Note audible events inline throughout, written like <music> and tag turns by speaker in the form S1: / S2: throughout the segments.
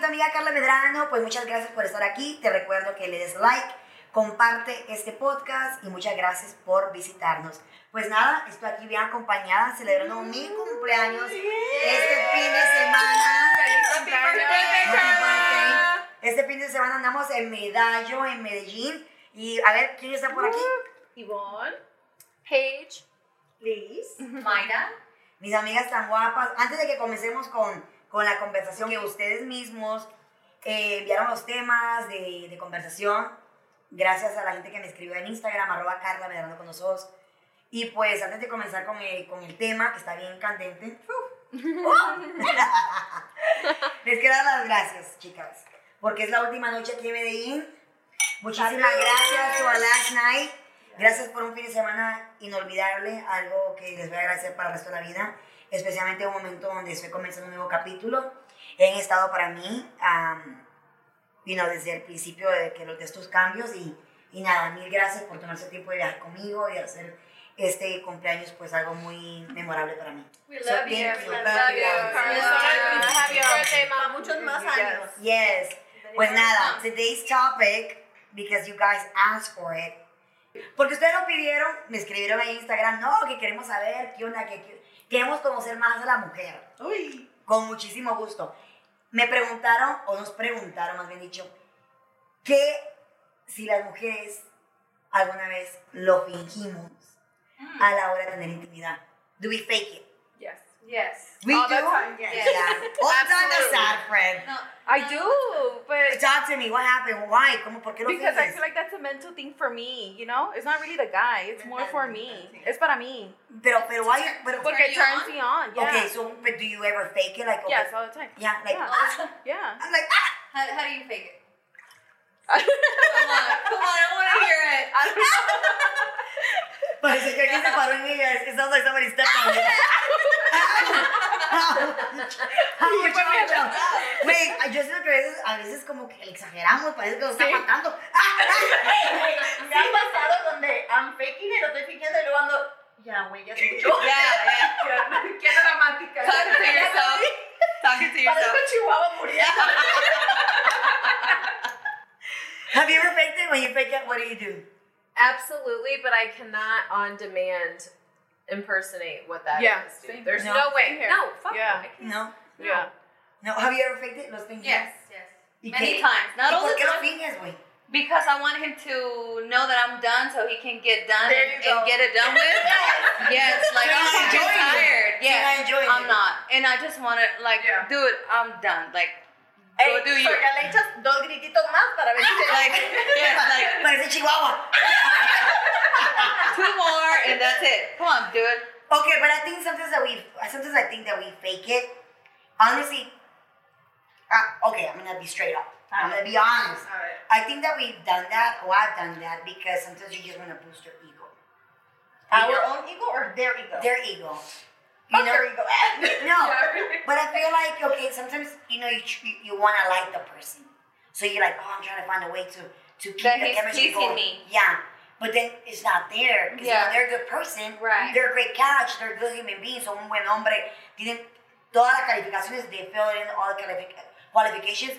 S1: tu amiga Carla Medrano. Pues muchas gracias por estar aquí. Te recuerdo que le des like, comparte este podcast y muchas gracias por visitarnos. Pues nada, estoy aquí bien acompañada celebrando mi cumpleaños este fin de semana.
S2: ¡Feliz
S1: Happy
S2: cumpleaños!
S1: birthday. Este fin de semana andamos en Medallo, en Medellín. Y a ver, ¿quién está por aquí?
S3: Ivonne, Paige,
S1: Liz.
S3: Mayra.
S1: Mis amigas tan guapas, antes de que comencemos con, con la conversación, que ustedes mismos eh, enviaron los temas de, de conversación, gracias a la gente que me escribió en Instagram, arroba Carla Medrano con nosotros. Y pues antes de comenzar con el, con el tema, que está bien candente, ¡Oh! les quiero dar las gracias, chicas, porque es la última noche aquí en Medellín. Muchísimas gracias to our last night. Gracias por un fin de semana inolvidable, algo que les voy a agradecer para el resto de la vida, especialmente un momento donde estoy comenzando un nuevo capítulo. He estado para mí, um, you know, desde el principio de, que los, de estos cambios y, y nada, mil gracias por tomarse el tiempo de viajar conmigo y hacer este cumpleaños pues algo muy memorable para mí.
S3: We
S1: So
S3: love you.
S1: thank you,
S3: We
S1: thank
S3: love
S1: you.
S3: you.
S1: Happy
S3: Happy birthday,
S2: Para
S3: mom.
S2: muchos más años.
S1: Yes. Pues nada, today's topic, because you guys asked for it. Porque ustedes lo pidieron, me escribieron en Instagram, no, que queremos saber, qué onda, que, que- queremos conocer más a la mujer.
S2: Uy.
S1: Con muchísimo gusto. Me preguntaron, o nos preguntaron más bien dicho, que si las mujeres alguna vez lo fingimos a la hora de tener intimidad. Do we fake it?
S3: Mm, Yes. Yes.
S1: We
S2: All
S1: do.
S2: the time, yes.
S1: Yeah. All the time
S3: Absolutely.
S1: aside, friend.
S4: I do, but
S1: Talk to me, what happened? Why? ¿Cómo? ¿Por qué lo
S4: because I
S1: finges?
S4: feel like that's a mental thing for me, you know? It's not really the guy, it's more for me. It's para mí.
S1: Pero, pero, why? Pero,
S4: Porque it turns me on, yeah.
S1: Okay, so, but do you ever fake it? Like, okay.
S4: Yes, all the time.
S1: Yeah, like,
S4: Yeah.
S1: ah!
S4: <laughs> Yeah.
S1: I'm like, ah!
S3: How, how do you fake it? Come on. Come on. I want to hear
S1: <laughs>
S3: it.
S4: I don't know.
S1: Parece que alguien se paró en ella. It sounds like somebody stepped on <laughs> me.
S4: Y fue mi
S1: Muchacho. Güey, yo siento que a veces, a veces como que le exageramos, parece que nos está
S4: Sí.
S1: matando. <laughs> Ah, ah.
S2: Me ha pasado donde I'm faking y lo estoy fingiendo y luego ando. Ya, güey, ya
S3: <laughs>
S2: te escucho.
S3: <laughs>
S4: <laughs>
S3: Yeah,
S2: Qué dramática.
S3: yeah. Talking to yourself. Talking to yourself.
S2: Parece Chihuahua muriendo.
S1: Have you ever faked it? When you fake it, what do you do?
S5: Absolutely, but I cannot on demand impersonate what that is.
S4: Yeah,
S5: dude.
S4: same.
S5: There's
S1: No.
S5: no, way.
S4: Same here.
S5: No, fuck
S4: Yeah.
S5: no, I can't.
S1: No.
S4: Yeah.
S1: No, have you ever faked it? Los fingidos.
S2: Yes, yes.
S1: ¿Y qué?
S3: Many times. Not
S1: ¿Y
S3: all
S1: ¿Por
S3: the
S1: qué lo
S3: time.
S1: finges, güey?
S3: Because I want him to know that I'm done so he can get done
S2: There
S3: and,
S2: you go.
S3: and get it done with.
S2: <laughs>
S3: yes. Like,
S1: You're
S3: I'm
S1: not
S3: fucking
S1: enjoying it.
S3: tired.
S1: You're
S3: Yeah.
S1: not enjoying
S3: I'm
S1: it.
S3: not. And I just want to, like,
S2: Yeah.
S3: do it. I'm done. Like,
S2: Ey,
S3: go do you.
S2: porque le echas dos grititos más para ver
S3: <laughs>
S2: si te
S3: Like, yeah, like,
S1: Parece Chihuahua.
S3: two more and that's it. Come on, dude.
S1: Okay, but I think sometimes that we, sometimes I think that we fake it. Honestly, uh, okay, I'm gonna be straight up. I'm gonna be honest.
S2: A ver.
S1: I think that we've done that, or I've done that, because sometimes you just wanna boost your ego.
S2: Our own ego or their ego?
S1: Their ego.
S2: Fuck
S1: You know?
S2: their ego. <laughs>
S1: No, but I feel like, okay, sometimes, you know, you, tr- you, you wanna like the person. So you're like, oh, I'm trying to find a way to, to keep
S3: That
S1: the
S3: he's
S1: chemistry going.
S3: pleasing me.
S1: Yeah. But then it's not there. 'cause, you know,
S3: Yeah.
S1: they're a good person.
S3: Right.
S1: They're a great catch. They're a good human beings. Son un buen hombre. Tienen todas las calificaciones. They fill in all the qualifi- qualifications.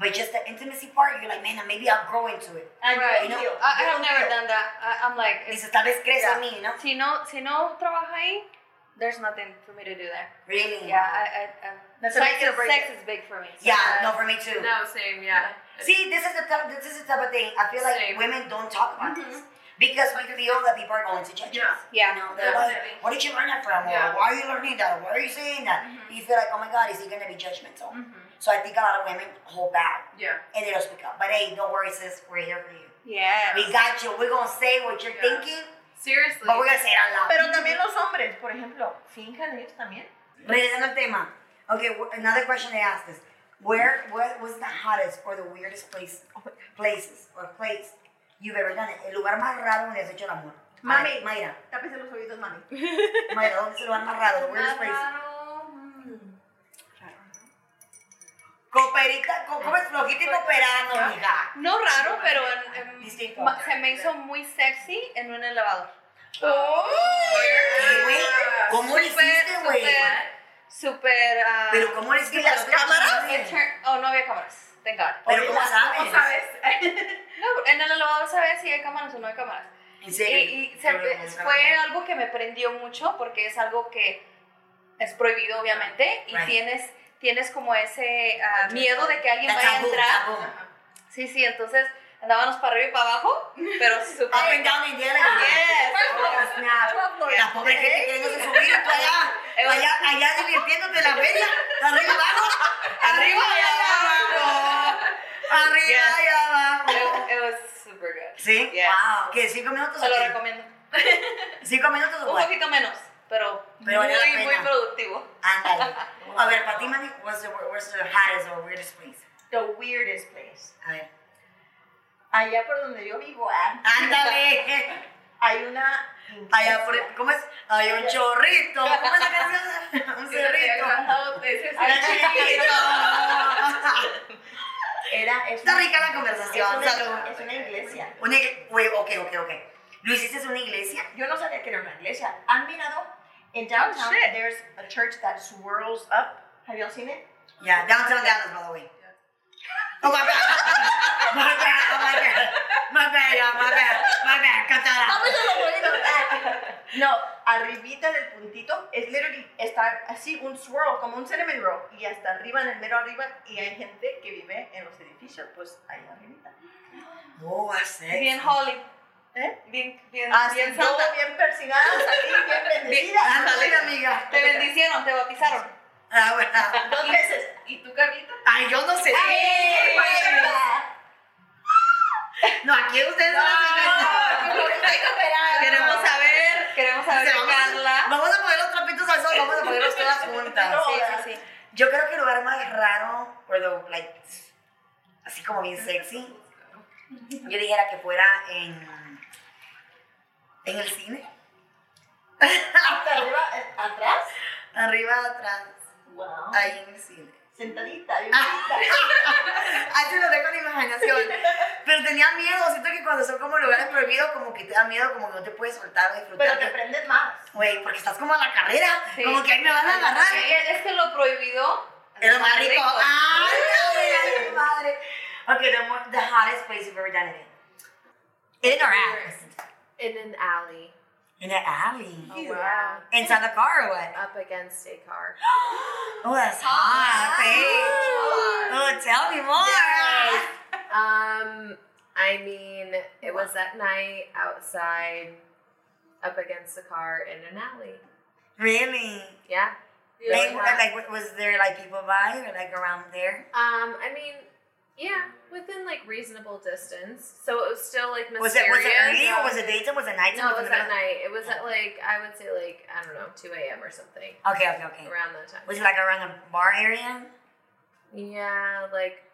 S1: But just the intimacy part, you're like, man, maybe I'll grow into it.
S2: And
S3: Right.
S2: you know,
S1: No,
S3: I, I have
S1: Yo
S3: never
S1: creo.
S3: done that. I, I'm like, it's,
S1: Dices, tal vez crece en
S2: Yeah.
S1: mí, ¿no?
S3: si no, si no trabaja ahí, there's nothing for me to do there.
S1: Really?
S3: Yeah, I, I, I
S2: That's a
S3: sex,
S2: make it or
S3: is,
S2: break
S3: sex
S2: it.
S3: is big for me. so-
S1: Yeah, no, for me too.
S5: No, same, yeah.
S1: See, this is the type, this is the type of thing. I feel like
S5: Same.
S1: women don't talk about this because we feel that people are going to judge
S2: Yeah.
S1: us. You
S3: Mm-hmm. Yeah.
S1: know, they're like,
S2: Definitely.
S1: "What did you learn that from? Or
S2: Yeah. Mm-hmm.
S1: why are you learning that? Or why are you saying that?" You feel like, "Oh my God, is he going to be judgmental?" So I think a lot of women hold back
S2: Yeah.
S1: and they don't speak up. But hey, don't worry, sis. We're here for you.
S3: Yeah.
S1: We got you. We're gonna say what you're
S2: Yeah.
S1: thinking,
S5: Seriously.
S1: but we're gonna say it out loud.
S2: Pero también los hombres, por ejemplo, finjan ellos también.
S1: Regresando al tema. Okay, wh- another question they asked is, where what was the hottest or the weirdest place, places or place you've ever done it? El lugar más raro donde has hecho el amor. Ay,
S2: Mami.
S1: Mayra.
S2: Tápese los oídos, mami.
S1: <laughs> Mayra, ¿dónde es el lugar más raro? The weirdest place. Cooperita, co- ¿cómo es flojita y cooperando, mija?
S3: No raro, pero en- en-
S1: Distinto.
S3: ma- se me hizo muy sexy en un elevador.
S2: Oh,
S1: Eh, güey, ¿Cómo lo
S3: Súper,
S1: hiciste, güey?
S3: súper, súper. ah,
S1: Pero ¿cómo eres que
S3: las
S1: las cámaras?
S3: it turn- oh, no había cámaras. Thank God.
S1: Pero ¿cómo sabes?
S2: ¿Cómo
S5: <laughs>
S2: sabes?
S3: No, eh, no, no lo vamos a ver si hay cámaras o no hay cámaras.
S1: En
S3: Y,
S1: serio.
S3: y se-
S1: Pero ¿cómo
S3: fue
S1: sabes?
S3: algo que me prendió mucho porque es algo que es prohibido, obviamente, y
S1: Right.
S3: tienes, tienes como ese ah, miedo de que alguien
S1: Está
S3: vaya a
S1: tabú,
S3: entrar. Ah,
S1: tabú.
S3: Sí, sí, entonces andábamos para arriba y para abajo,
S1: <laughs>
S3: pero
S1: Up and
S3: súper.
S1: down in the
S3: ah,
S1: elevator.
S3: Yes.
S1: Oh,
S3: ah,
S1: snap. La pobre
S3: Eh,
S1: gente queriéndose subir y tú allá, allá, allá divirtiéndote en la feria, arriba y abajo,
S3: <laughs>
S1: arriba y abajo, arriba y abajo. <laughs>
S3: It, it was super good.
S1: ¿Sí?
S3: Yes.
S1: Wow, ¿qué? ¿Cinco minutos?
S3: Se
S1: o
S3: lo
S1: qué? <laughs>
S3: recomiendo.
S1: ¿Cinco minutos o
S3: Un
S1: what?
S3: poquito menos, pero,
S1: Pero valió la
S3: muy, muy
S1: pena.
S3: productivo. <laughs>
S1: Ándale. A ver, para ti, Manny, what's the, what's the hottest or weirdest place?
S2: The weirdest place.
S1: A ver.
S2: Allá por donde yo vivo, ah,
S1: Ándale.
S2: hay una.
S1: Allá por, ¿cómo es? Hay un chorrito. ¿Cómo es la canción? Un cerrito. Un chorrito.
S2: Era, es
S1: Está
S2: una-
S1: rica la
S2: Es
S1: conversación.
S2: una,
S1: Salud.
S2: es una iglesia.
S1: Una igle- güey, ok, ok, ok. ¿Lo hiciste en una iglesia?
S2: Yo no sabía que era una iglesia. ¿Han mirado? En downtown,
S3: shit.
S2: there's a church that swirls up. Have y'all seen it?
S1: Yeah, downtown Dallas, by the way. Oh, my bad. My bad, oh, my bad. My bad, y'all, my bad. My bad, Catara.
S2: <laughs> No, arribita del puntito es literally, está así un swirl, como un cinnamon roll. Y hasta arriba, en el mero arriba, y hay gente que vive en los edificios, pues ahí arribita.
S1: Oh, I see.
S3: Bien Holly.
S2: ¿Eh?
S3: Bien, bien,
S1: Ah,
S2: Así
S3: bien
S2: todo
S3: santa.
S2: bien persigada,
S1: <laughs>
S2: salí bien bendecida.
S1: Ándale, Ah, amiga.
S3: Te bendicieron, te bautizaron.
S1: Ah, bueno.
S2: Dos veces.
S5: ¿Y tú, Carlita?
S1: Ay, yo no sé.
S2: ¡Ay, María!
S1: No, aquí ustedes no,
S3: No,
S1: no <laughs>
S3: Queremos saber, queremos saber de Carla.
S1: Vamos a poner los trapitos al sol, vamos a ponerlos todas juntas.
S2: <laughs> No.
S3: Sí, sí, sí.
S1: Yo creo que el lugar más raro, perdón, like, así como bien sexy, yo dijera que fuera en, en el cine,
S2: Hasta arriba, eh, atrás.
S1: arriba atrás,
S2: Wow.
S1: ahí en el cine.
S2: Sentadita, bien
S1: Ah.
S2: bonita.
S1: Ahí se lo dejo a la imaginación. Pero tenía miedo, siento que cuando son como lugares prohibidos, como que te da miedo, como que no te puedes soltar,
S2: Pero te
S1: disfrutar.
S2: prendes más.
S1: Güey, porque estás como a la carrera,
S3: Sí.
S1: como que ahí me van a agarrar.
S3: Sí, Es que lo prohibido
S1: Es lo más rico. ¡Ay, <laughs> madre, ay, madre! Okay, the, mo- the hottest place you've ever done it in. In or out?
S5: In an alley.
S1: In an alley.
S5: Oh, wow.
S1: Inside the car or what?
S5: Up against a car.
S1: Oh, that's
S5: Ah.
S1: hot, babe. Oh, tell me more.
S5: Um, I mean, it was at night outside, up against the car in an alley.
S1: Really?
S5: Yeah.
S1: Like,
S5: Yeah.
S1: like, wa- was there like people by or like around there?
S5: Um, I mean, yeah, within like reasonable distance. So it was still like
S1: Was
S5: mysterious.
S1: it was it early or was it daytime? Was it nighttime?
S5: No, it was
S1: in the
S5: at night. It was
S1: Oh.
S5: at like I would say like I don't know, two a.m. or something
S1: middle- Okay, okay, okay.
S5: around that time.
S1: Was it like around the bar area?
S5: Yeah, like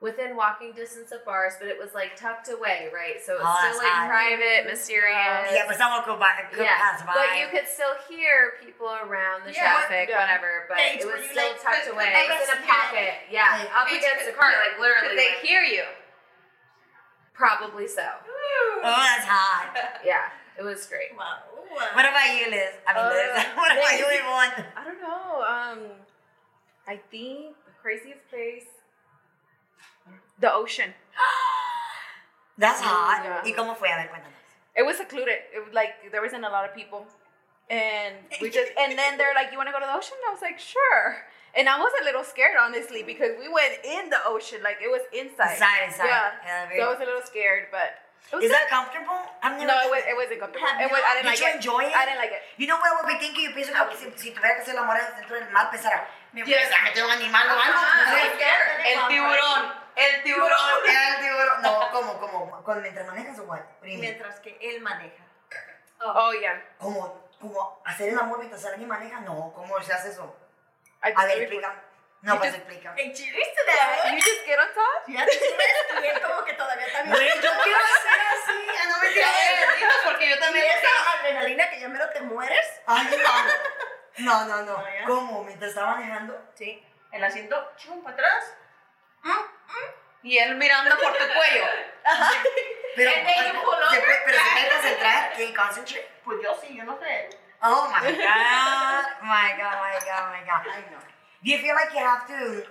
S5: within walking distance of bars, but it was like tucked away, right? So it
S1: Oh,
S5: was
S1: that's
S5: still like
S1: odd.
S5: private, mysterious.
S1: Yeah, but someone could by, could
S5: Yeah,
S1: pass by.
S5: But you could still hear people around the
S3: Yeah,
S5: traffic,
S3: yeah.
S5: whatever. But
S2: Thanks,
S5: it
S2: were
S5: was
S2: you,
S5: still
S2: like,
S5: tucked
S2: could-
S5: away. It
S2: could
S5: was in a
S2: they-
S5: pocket. Yeah,
S1: Like,
S5: up against the car, like
S1: Ah.
S5: literally.
S3: Could they
S5: like,
S3: hear you?
S5: Probably so.
S1: oh, that's hot.
S5: Yeah, it was great.
S2: Wow.
S1: What about you, Liz? I mean,
S4: Uh,
S1: Liz. What about you, Yvonne?
S4: I don't know. Um, I think the craziest place, the ocean.
S1: That's hot.
S4: Yeah.
S1: ¿Y cómo fue? A ver, cuéntanos.
S4: It was secluded. It was like there wasn't a lot of people, and
S1: <laughs>
S4: we just and then they're like, "You want to go to the ocean?" I was like, "Sure." And I was a little scared, honestly, because we went in the ocean, like it was inside.
S1: Inside, inside.
S4: Yeah.
S1: very-
S4: So I was a little scared, but it was
S1: Is
S4: good.
S1: that comfortable? I've never
S4: no, it
S1: done
S4: was
S1: that.
S4: it wasn't comfortable.
S2: Have
S4: It was, I
S1: Did
S4: didn't like
S1: you
S4: it.
S1: enjoy it?
S4: I didn't like it.
S1: You know what I would be thinking? Yo pienso que si, si tuviera que hacer la mora dentro del mar, pensara, me voy a meter un animal o algo. No sé.
S3: El tiburón. El tiburón.
S1: El tiburón. No, ¿cómo? ¿Cómo? ¿Con- ¿Mientras manejas o what? What do you mean?
S2: Mientras que él maneja.
S4: Oh yeah,
S1: ¿Cómo? ¿Cómo? ¿Hacer el amor mientras alguien maneja? No, ¿cómo se hace eso?
S4: I
S1: A ver,
S4: did it
S1: explica. No,
S4: You
S1: pues
S4: just-
S1: <laughs> explica.
S2: ¿En chiliste de
S4: before. <laughs> You just get on top.
S2: Ya te ves, y él como que todavía está bien.
S1: Güey, yo quiero hacer así. Ah, No me entiendes.
S3: Porque yo
S2: Y
S3: también.
S2: esa "Ah, adrenalina que ya mero te mueres.
S1: Ay, no. No, no, no.
S2: No, ya.
S1: ¿Cómo? ¿Mientras estaba manejando?
S2: Sí. El asiento, chum, para atrás.
S3: Y él mirando por tu cuello.
S1: Pero,
S3: And then you pull
S1: ¿se
S3: over?
S1: puede, pero se puede concentrar? ¿Can you concentrate?
S2: Pues yo sí, yo no sé.
S1: Oh my god. my God, my God, my God.
S2: I know.
S1: Do you feel like you have to...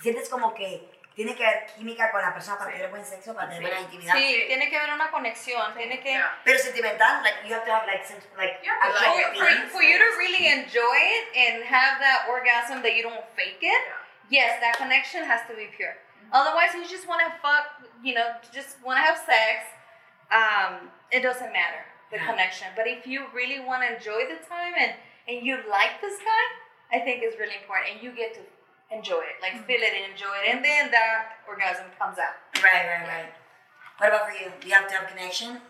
S1: Sientes como que tiene que haber química con la persona para tener buen sexo, para tener buena intimidad.
S3: Sí, tiene que haber una conexión, tiene que...
S2: Yeah.
S1: Pero sentimental, like, you have to have, like, sense, like,
S3: Yeah,
S1: actual
S3: for, for,
S1: feelings.
S3: for you to really enjoy it and have that orgasm that you don't fake it, yes, that connection has to be pure. Otherwise, you just want to fuck, you know, just want to have sex. Um, it doesn't matter the
S1: Yeah.
S3: connection. But if you really want to enjoy the time and and you like this guy, I think it's really important, and you get to enjoy it, like feel it and enjoy it, and then that orgasm comes out. <laughs>
S1: Right, right, right. What about for you? Do you have to have connection?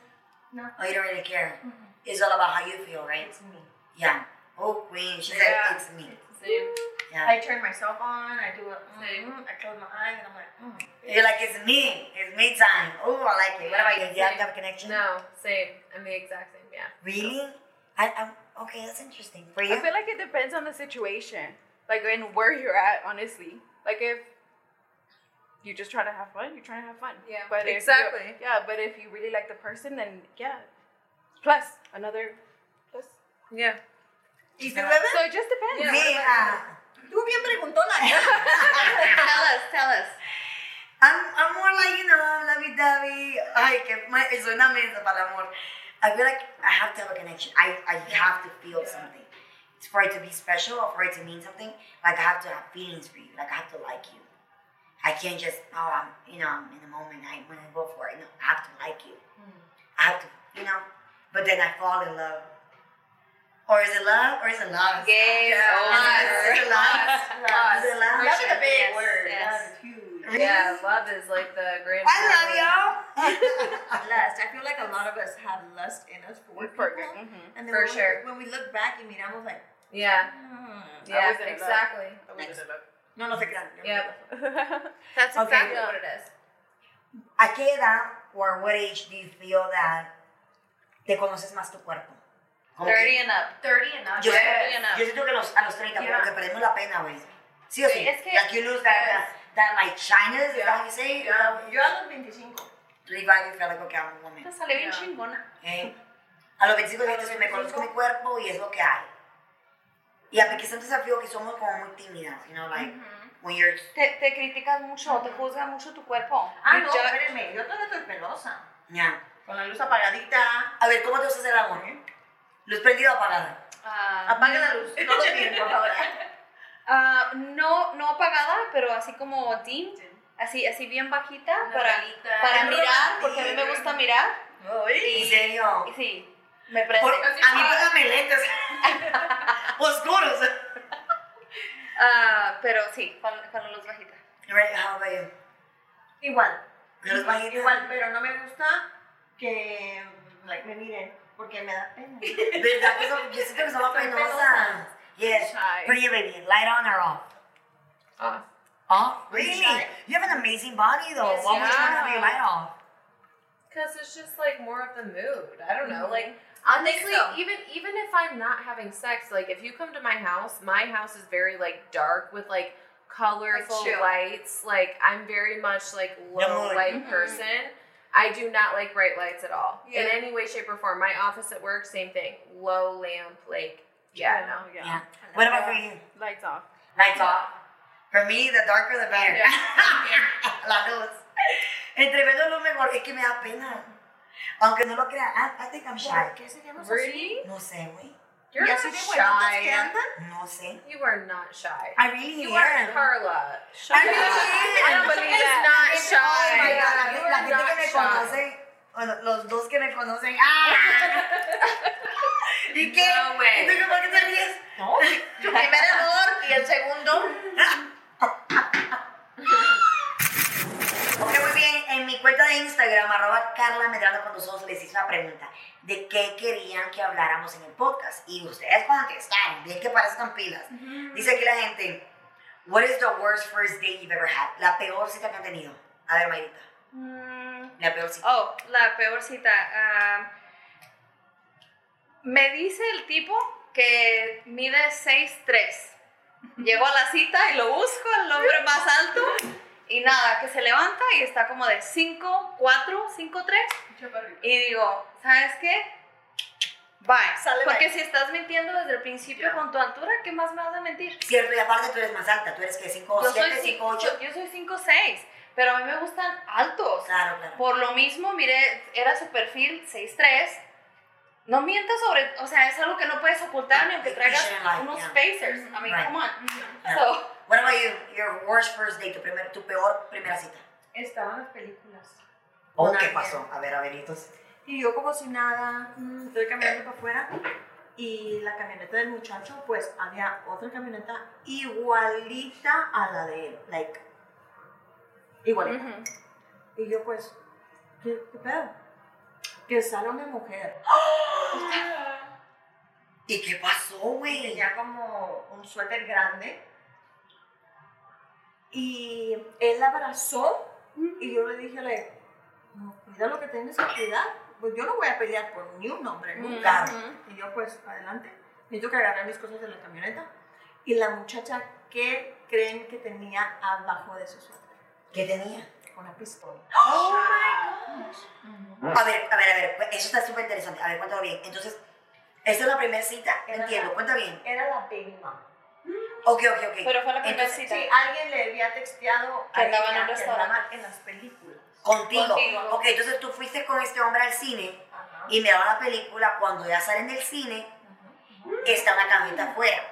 S3: No.
S1: Oh, you don't really care. It's all about how you feel, right?
S3: It's me.
S1: Yeah. Oh, queen. She's
S2: Yeah.
S1: like, it's me.
S5: Same.
S1: Yeah.
S2: I turn myself on. I do it. Mm,
S5: Same.
S2: mm, I close my eyes and I'm like, mm.
S1: You're like, it's me. It's me time. Oh, I like it. What about you? Do you have to have connection?
S5: No, same. I'm the exact same. Yeah.
S1: Really? I, I'm, okay, that's interesting. For you?
S4: I feel like it depends on the situation, like and where you're at. Honestly, like if you just try to have fun, you're trying to have fun.
S3: Yeah.
S4: But if you-
S5: Exactly.
S4: yeah, but if you really like the person, then yeah. Plus another plus.
S5: Yeah.
S1: ¿Y tú, bebé?
S4: So it just depends.
S1: Mira.
S2: Tú bien preguntona.
S3: tell us, tell us.
S1: I'm, I'm more like, you know, lovey dovey. Ay, que ma- es una mesa para el amor. I feel like I have to have a connection. I, I have to feel something. It's for it to be special or for it to mean something. Like, I have to have feelings for you. Like, I have to like you. I can't just, oh, I'm, you know, I'm in the moment. I want to go for it. No, I have to like you.
S3: Hmm.
S1: I have to, you know. But then I fall in love. Or is it love or is it love?
S3: Yes.
S2: Yeah.
S3: oh,
S1: Yes.
S3: my
S1: It's a
S3: word.
S1: lot.
S3: Us.
S1: Is it love?
S2: Love is a big
S3: Yes,
S2: word.
S3: yes.
S2: Love is huge.
S1: Really?
S5: Yeah. Love is like the grand.
S1: I love y'all.
S6: lust. I feel like a lot of us have lust in us for
S4: For,
S6: people.
S4: hmm
S6: And then
S5: For
S6: when,
S5: sure.
S6: we, when we look back and miramos like,
S5: Yeah.
S6: hmm.
S5: Yeah.
S4: wasn't in love.
S5: Exactly.
S1: No, no se crean. no, no
S5: Yep.
S1: se crean.
S4: <laughs>
S5: That's
S1: Okay.
S5: exactly what it is.
S1: ¿A qué edad or what age do you feel that te conoces más tu cuerpo? Como que-
S3: 30 and up.
S6: 30 and not
S1: yo,
S3: Yes.
S1: sé-
S3: 30 and up.
S1: yo siento que a los, a los 30,
S6: Yeah.
S1: como que perdemos la pena, güey. Sí o sí.
S3: Es que-
S1: like you lose that, that, that like shyness, is
S2: Yeah.
S1: that what you say? Is that what
S2: Yeah.
S1: you-
S2: Yo a los 25.
S1: Revive, you feel like, okay, I'm a woman.
S3: Te sale bien
S2: Yeah.
S3: chingona.
S1: ¿eh? A los 25 sientes que me
S2: 25.
S1: conozco mi cuerpo y es lo que hay. Y a mí que es un desafío que somos como muy tímidas, you know, like, when you're...
S3: Te, te criticas mucho, te juzga mucho tu cuerpo.
S2: Ah,
S3: You
S2: no,
S3: judge-
S2: espérenme. Yo todavía estoy pelosa.
S1: Yeah.
S2: Con la luz apagadita.
S1: A ver, ¿cómo te gusta hacer el amor? ¿Luz prendida o apagada?
S3: Ah,
S2: Apague la luz. Todo
S1: <laughs>
S2: bien, <laughs> por favor.
S3: ah, no, no apagada, pero así como dim, así, así bien bajita para, para mirar, porque a mí me gusta mirar.
S1: ¿En serio?
S3: Y sí, me
S1: Por-
S3: prende.
S1: a mí póngame <laughs> lentes. Oscuros.
S3: Ah, pero sí, con, con la luz bajita.
S1: Right, how about you?
S2: Igual.
S1: ¿No los bajitos?
S2: Igual, pero no me gusta que like, me miren porque me da pena.
S1: ¿Verdad? Que son- yo siento que somos penosas. Yes.
S4: Shy.
S1: For you, baby. Light on or off?
S5: Off.
S1: Off? Really?
S2: Shy.
S1: You have an amazing body, though.
S5: Yes,
S1: Why would you want to have
S5: yeah.
S1: your light off?
S5: Because it's just like more of the mood. I don't know. Like honestly, even even if I'm not having sex, like if you come to my house, my house is very like dark with like colorful
S3: chill.
S5: lights. Like I'm very much like low
S1: mood.
S5: light
S3: Mhm.
S5: person. I do not like bright lights at all. In
S3: Yeah.
S5: any way, shape, or form. My office at work, same thing. Low lamp, like yeah, no.
S4: yeah.
S1: Yeah. What about for you?
S4: Lights off.
S1: Lights off. For me, the darker the better. <laughs> La luz. Entre menos luz mejor. Es que me da pena. Aunque no lo crean, I, I think I'm shy.
S2: ¿Qué seríamos
S5: Really?
S1: No sé, güey.
S5: You're
S2: Ya
S5: not
S2: se de buenotas que
S5: shy.
S2: andan.
S1: No sé.
S5: You are not shy.
S1: I really
S5: You
S1: am.
S5: are Carla.
S1: I really am.
S5: I don't believe
S1: It's
S5: that. It's
S1: Oh
S5: not
S1: my
S5: shy.
S1: God, la
S5: You
S1: gente-
S5: are
S1: la gente que
S5: not
S1: me
S5: shy.
S1: conoce, o lo- los dos que me conocen.
S5: <laughs>
S1: ¡Ah! ¿Y qué?
S5: No
S1: ¿Y
S5: way.
S1: tú qué- por qué te ríes?
S2: No. Tu primer amor y el segundo.
S1: Ok, muy bien. En mi cuenta de Instagram, arroba Carla Medrano con los ojos, les hice una pregunta de qué querían que habláramos en el podcast. Y ustedes contestaron, bien que parezcan pilas. Dice aquí la gente, what is the worst first date you've ever had? La peor cita que han tenido. A ver, Mayrita,
S3: Mm,
S1: la peor cita.
S3: Oh, la peor cita. ah, me dice el tipo que mide 6'3. Llego a la cita y lo busco, el hombre más alto. Y nada, que se levanta y está como de 5'4, 5'3. Y digo, ¿sabes qué? Bye.
S2: Sale
S3: Porque si estás mintiendo desde el principio
S5: Ya.
S3: con tu altura, ¿qué más me vas a mentir?
S1: Cierto, y aparte tú eres más alta, tú eres que 5,
S3: Yo soy
S1: 7, 5, 8.
S3: 5'6, pero a mí me gustan altos.
S1: Claro, claro.
S3: Por lo mismo, mire, era su perfil 6'3. No mientas sobre, o sea, es algo que no puedes ocultar ni aunque traigas
S1: Picture life,
S3: unos
S1: yeah.
S3: spacers. I mean,
S1: Right.
S3: come on.
S1: Yeah.
S3: So,
S1: What about you? Your worst first date, tu, primer, tu peor primera cita.
S7: Estaban las películas.
S1: ¿O
S2: Una
S1: qué
S2: vez.
S1: pasó? A ver, a ver, entonces.
S2: Y yo como si nada, mm, estoy caminando para afuera y la camioneta del muchacho, pues había otra camioneta igualita a la de él, like, igualita.
S4: Mm-hmm.
S2: Y yo pues, ¿qué, qué pedo? Que sale una mujer.
S1: ¿Y qué pasó, güey?
S2: Tenía como un suéter grande y él la abrazó y yo le dije, like, no, cuida lo que tienes que cuidar. Pues yo no voy a pelear por ni un
S3: Mm,
S2: hombre, nunca. Y yo, pues, adelante. Necesito que agarré mis cosas de la camioneta. Y la muchacha, ¿qué creen que tenía abajo de su suéter?
S1: ¿Qué tenía?
S2: Una pistola.
S1: Oh A ver, a ver, a ver, pues, eso está súper interesante. A ver, cuéntalo bien. Entonces, esta es la primera cita,
S2: Era
S1: entiendo,
S2: la-
S1: cuenta bien.
S2: Era la baby mom.
S1: Ok, ok, ok.
S3: pero fue la primera
S1: Entonces,
S3: cita.
S2: Sí, alguien le había texteado
S3: Que
S2: a
S3: andaba en
S2: ella
S3: un
S2: que andaba
S3: restaurante.
S2: en las películas.
S1: Contigo.
S3: Contigo.
S1: Ok, entonces tú fuiste con este hombre al cine y miraron la película. Cuando ya salen del cine, está una camioneta afuera.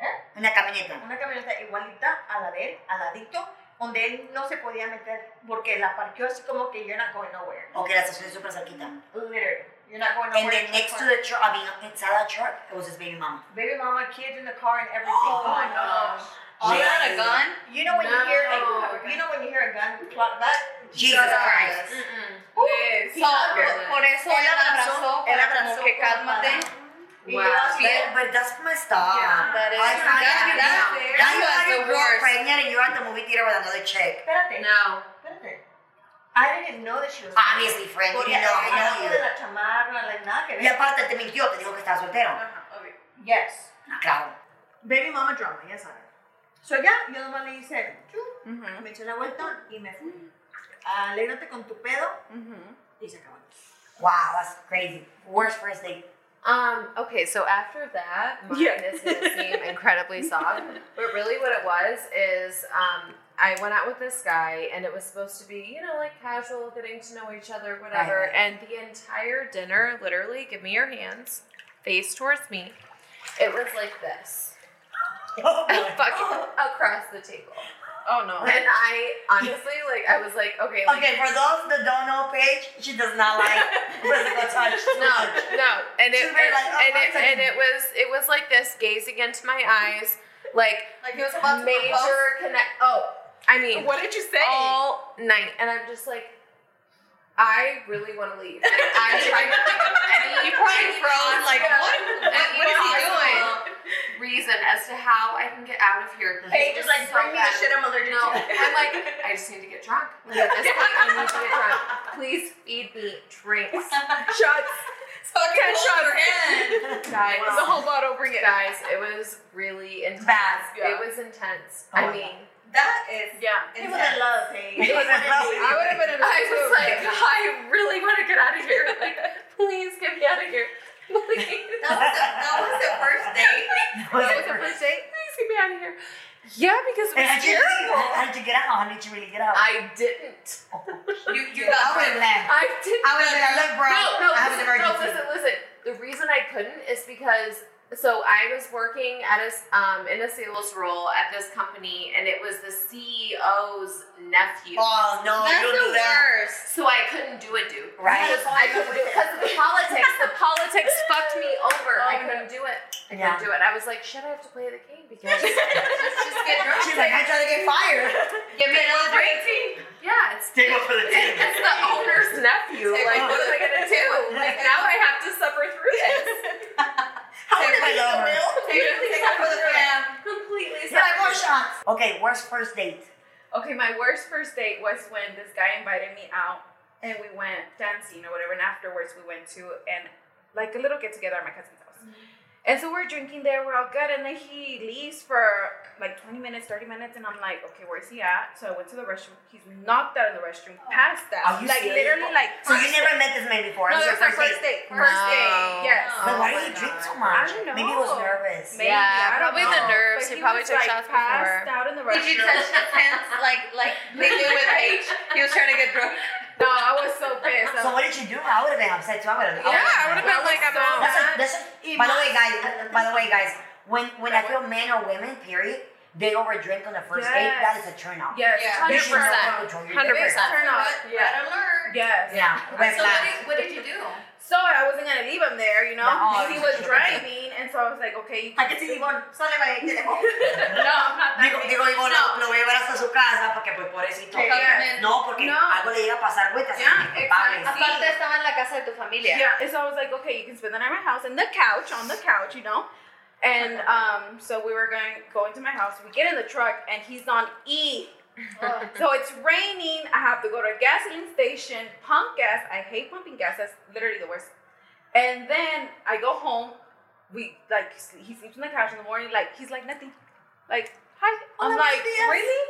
S2: ¿Eh?
S1: Una camioneta.
S2: Una camioneta igualita a la de él, al ladito, donde él no se podía meter porque la parqueó así como que you're not going nowhere.
S1: Ok, la estación es súper cerquita.
S2: Literally. You're not going
S1: And
S2: nowhere.
S1: then next to the truck, I mean, inside the truck, it was his baby mama.
S2: Baby mama, kids in the car and everything.
S1: Oh,
S2: my
S5: gosh.
S3: She had a gun.
S2: You know when you hear
S5: No.
S2: a, you know when you hear a gun clap back?
S1: Jesus Christ.
S5: Yes.
S3: So, por, por eso él
S2: Él
S3: la
S2: abrazó,
S3: abrazó,
S2: él
S3: para
S2: abrazó
S3: como que
S2: como
S3: cálmate.
S2: para- Y
S5: Wow.
S2: yo así,
S1: But, but that's messed up.
S5: Yeah,
S3: that is-
S1: I find
S3: that-
S1: that,
S3: that-
S1: now you
S3: that was
S1: are
S3: the
S1: you're
S3: worst.
S1: pregnant and you're at the movie theater with another chick.
S2: espérate,
S5: No.
S2: espérate. I didn't know that she was
S1: Obviously, friend, you
S2: Porque
S1: didn't know, I
S2: abajo
S1: know
S2: de
S1: you.
S2: la chamarra, like, nada que
S1: Y
S2: ver.
S1: aparte te mintió, te dijo que estaba soltero.
S2: Yes.
S1: Claro.
S2: Baby mama drama, ya saben. So ya, yo nomás le hice, chu,
S4: Mhm.
S2: me eché la vuelta y me fui. Alégrate con tu pedo
S4: Mhm.
S2: y se acabó.
S1: Wow, that's crazy. Worst first date.
S5: Um, okay, so after that, mine
S4: Yeah.
S5: is going to seem incredibly soft, but really what it was is um, I went out with this guy and it was supposed to be, you know, like casual, getting to know each other, whatever.
S1: Right.
S5: And the entire dinner, literally, give me your hands, face towards me, it was like <laughs> this. Fucking across the table.
S4: Oh no.
S5: And I honestly, like, I was like, okay, like,
S1: Okay, for those that don't know Paige, she does not like physical touch.
S5: no, no, and it,
S1: She's very like, oh,
S5: and, it
S1: my
S5: and it was it was like this, gazing into my eyes, like
S3: Like he was about to
S5: major
S3: propose.
S5: connect. Oh, I mean,
S4: What did you say?
S5: all night, and I'm just like, I really want to leave.
S3: <laughs>
S5: I'm trying to think of any
S3: You probably froze like,
S5: Yeah.
S3: what?
S5: <laughs> any
S3: What is he doing?
S5: possible Reason as to how I can get out of here.
S2: Paige is like,
S5: So
S2: bring me the
S5: bad.
S2: shit I'm allergic
S5: No,
S2: to.
S5: I'm like, I just need to get
S3: <laughs>
S5: drunk. Like, at this point, I need to get drunk. Please feed me drinks.
S4: Shots.
S3: Fucking shot her
S4: <laughs>
S5: Guys,
S4: The whole bottle. Bring it.
S5: guys, it was really intense.
S2: Bad,
S4: yeah.
S5: It was intense.
S1: Oh my
S5: I mean,
S2: That is.
S4: Yeah.
S2: People that love Paige.
S1: <laughs> It was a
S4: I would have been in the
S5: I was
S4: mood.
S5: like, I really want to get out of here.
S4: <laughs>
S5: Like, please get me out of here. <laughs> Please.
S2: That was the, that was the first date.
S5: That was the first date. Please get me out of here. Yeah, because
S1: And
S5: it
S1: how
S5: was
S1: did you leave?
S5: terrible.
S1: How did you get out? How did you really get out?
S5: I didn't.
S3: You,
S1: I
S3: you got
S1: would
S3: her.
S1: have left.
S5: I didn't.
S1: I would have been like, look, bro,
S5: no, no,
S1: I have an
S5: listen,
S1: emergency.
S5: no, listen, listen. The reason I couldn't is because so I was working at a s- um in a sales role at this company, and it was the CEO's nephew.
S1: Oh no,
S3: That's
S1: you don't do
S3: the
S1: that.
S3: worst.
S5: So I couldn't do it, dude.
S1: Right.
S5: Because I couldn't do it because of the politics. The politics fucked me over. I couldn't do it. I
S1: Oh, Yeah.
S5: couldn't do it. I was like, shit, I have to play the game
S1: <laughs>
S5: because
S3: Let's just get drunk.
S1: She's like, I tried to get fired.
S3: Give me another drink.
S5: yeah, it's
S1: Take up for the team.
S5: <laughs> it's the owner's nephew.
S3: Take
S5: Like,
S3: one.
S5: what am I gonna do? Like, now I have to suffer through this.
S1: How did I love her?
S3: <laughs> Take a drink for the fam.
S5: <laughs> Completely
S1: She's like, more
S5: suffer
S1: shots. Okay, worst first date.
S4: Okay, my worst first date was when this guy invited me out and we went dancing or whatever, and afterwards we went to and like a little get together at my cousin's house. And so we're drinking there, we're all good, and then he leaves for like 20 minutes, 30 minutes, and I'm like, okay, where's he at? So I went to the restroom. He's knocked out in the restroom,
S8: Oh.
S4: past that.
S1: Are you
S4: Like
S1: serious?
S4: literally like
S1: So you never met this man before.
S4: <laughs> No,
S1: This is
S4: it was our first date. First date, yes.
S1: But why did
S5: Oh
S1: he
S5: my
S1: drink
S5: God.
S1: so much?
S4: I don't know.
S1: Maybe he was nervous.
S4: Maybe,
S8: Yeah,
S4: I don't
S8: probably
S1: the
S4: know.
S8: nerves.
S4: But
S8: He probably
S4: was,
S8: took
S4: like,
S8: shots before.
S4: passed out in the
S3: Did you
S4: restroom.
S3: touch his hands like like they do with
S5: <laughs>
S3: Paige? He was trying to get drunk.
S4: no, I was so pissed. I
S8: <laughs>
S1: So
S4: was-
S1: what did you do? I would have been upset too. I would have.
S8: Yeah, I would have been like, I'm out.
S1: That's a, that's a, by the way, guys. uh, By the way, guys. When when I feel men or women, period, they overdrink on the first
S4: Yes.
S1: date. That is a turn off.
S4: yes,
S8: Yeah.
S1: You should
S8: 100%.
S1: not control your
S8: Hundred
S1: dick.
S8: percent.
S4: Turn off.
S5: Yeah.
S3: alert.
S4: Yes.
S1: Yeah, red
S3: So what
S1: flag.
S3: did, what did you do?
S4: So I wasn't gonna leave him there, you know.
S1: No.
S4: he was driving, and so I was like, okay,
S1: <laughs>
S4: you
S6: ¿A qué te digo? Sale para ahí, te
S4: no, I'm not that
S1: Digo,
S4: big.
S1: digo, digo,
S4: no.
S1: lo, lo voy a llevar hasta su casa porque pues pobrecito.
S3: Come in.
S1: No, porque
S4: No.
S1: algo le llega a pasar, güey, te hacen
S4: Ya,
S1: culpables.
S4: exacto.
S3: Aparte estaba en la casa de tu familia.
S4: Yeah. And so I was like, okay, you can spend the night at my house and the couch on the couch, you know. And
S1: <laughs>
S4: um, so we were going going to my house. We get in the truck, and he's on E. so it's raining. I have to go to a gasoline station, pump gas. I hate pumping gas. That's literally the worst. And then I go home. We like sl- he sleeps on the couch in the morning. Like he's like nothing. Like hi. I'm
S1: Hola,
S4: like
S1: buenos días.
S4: really?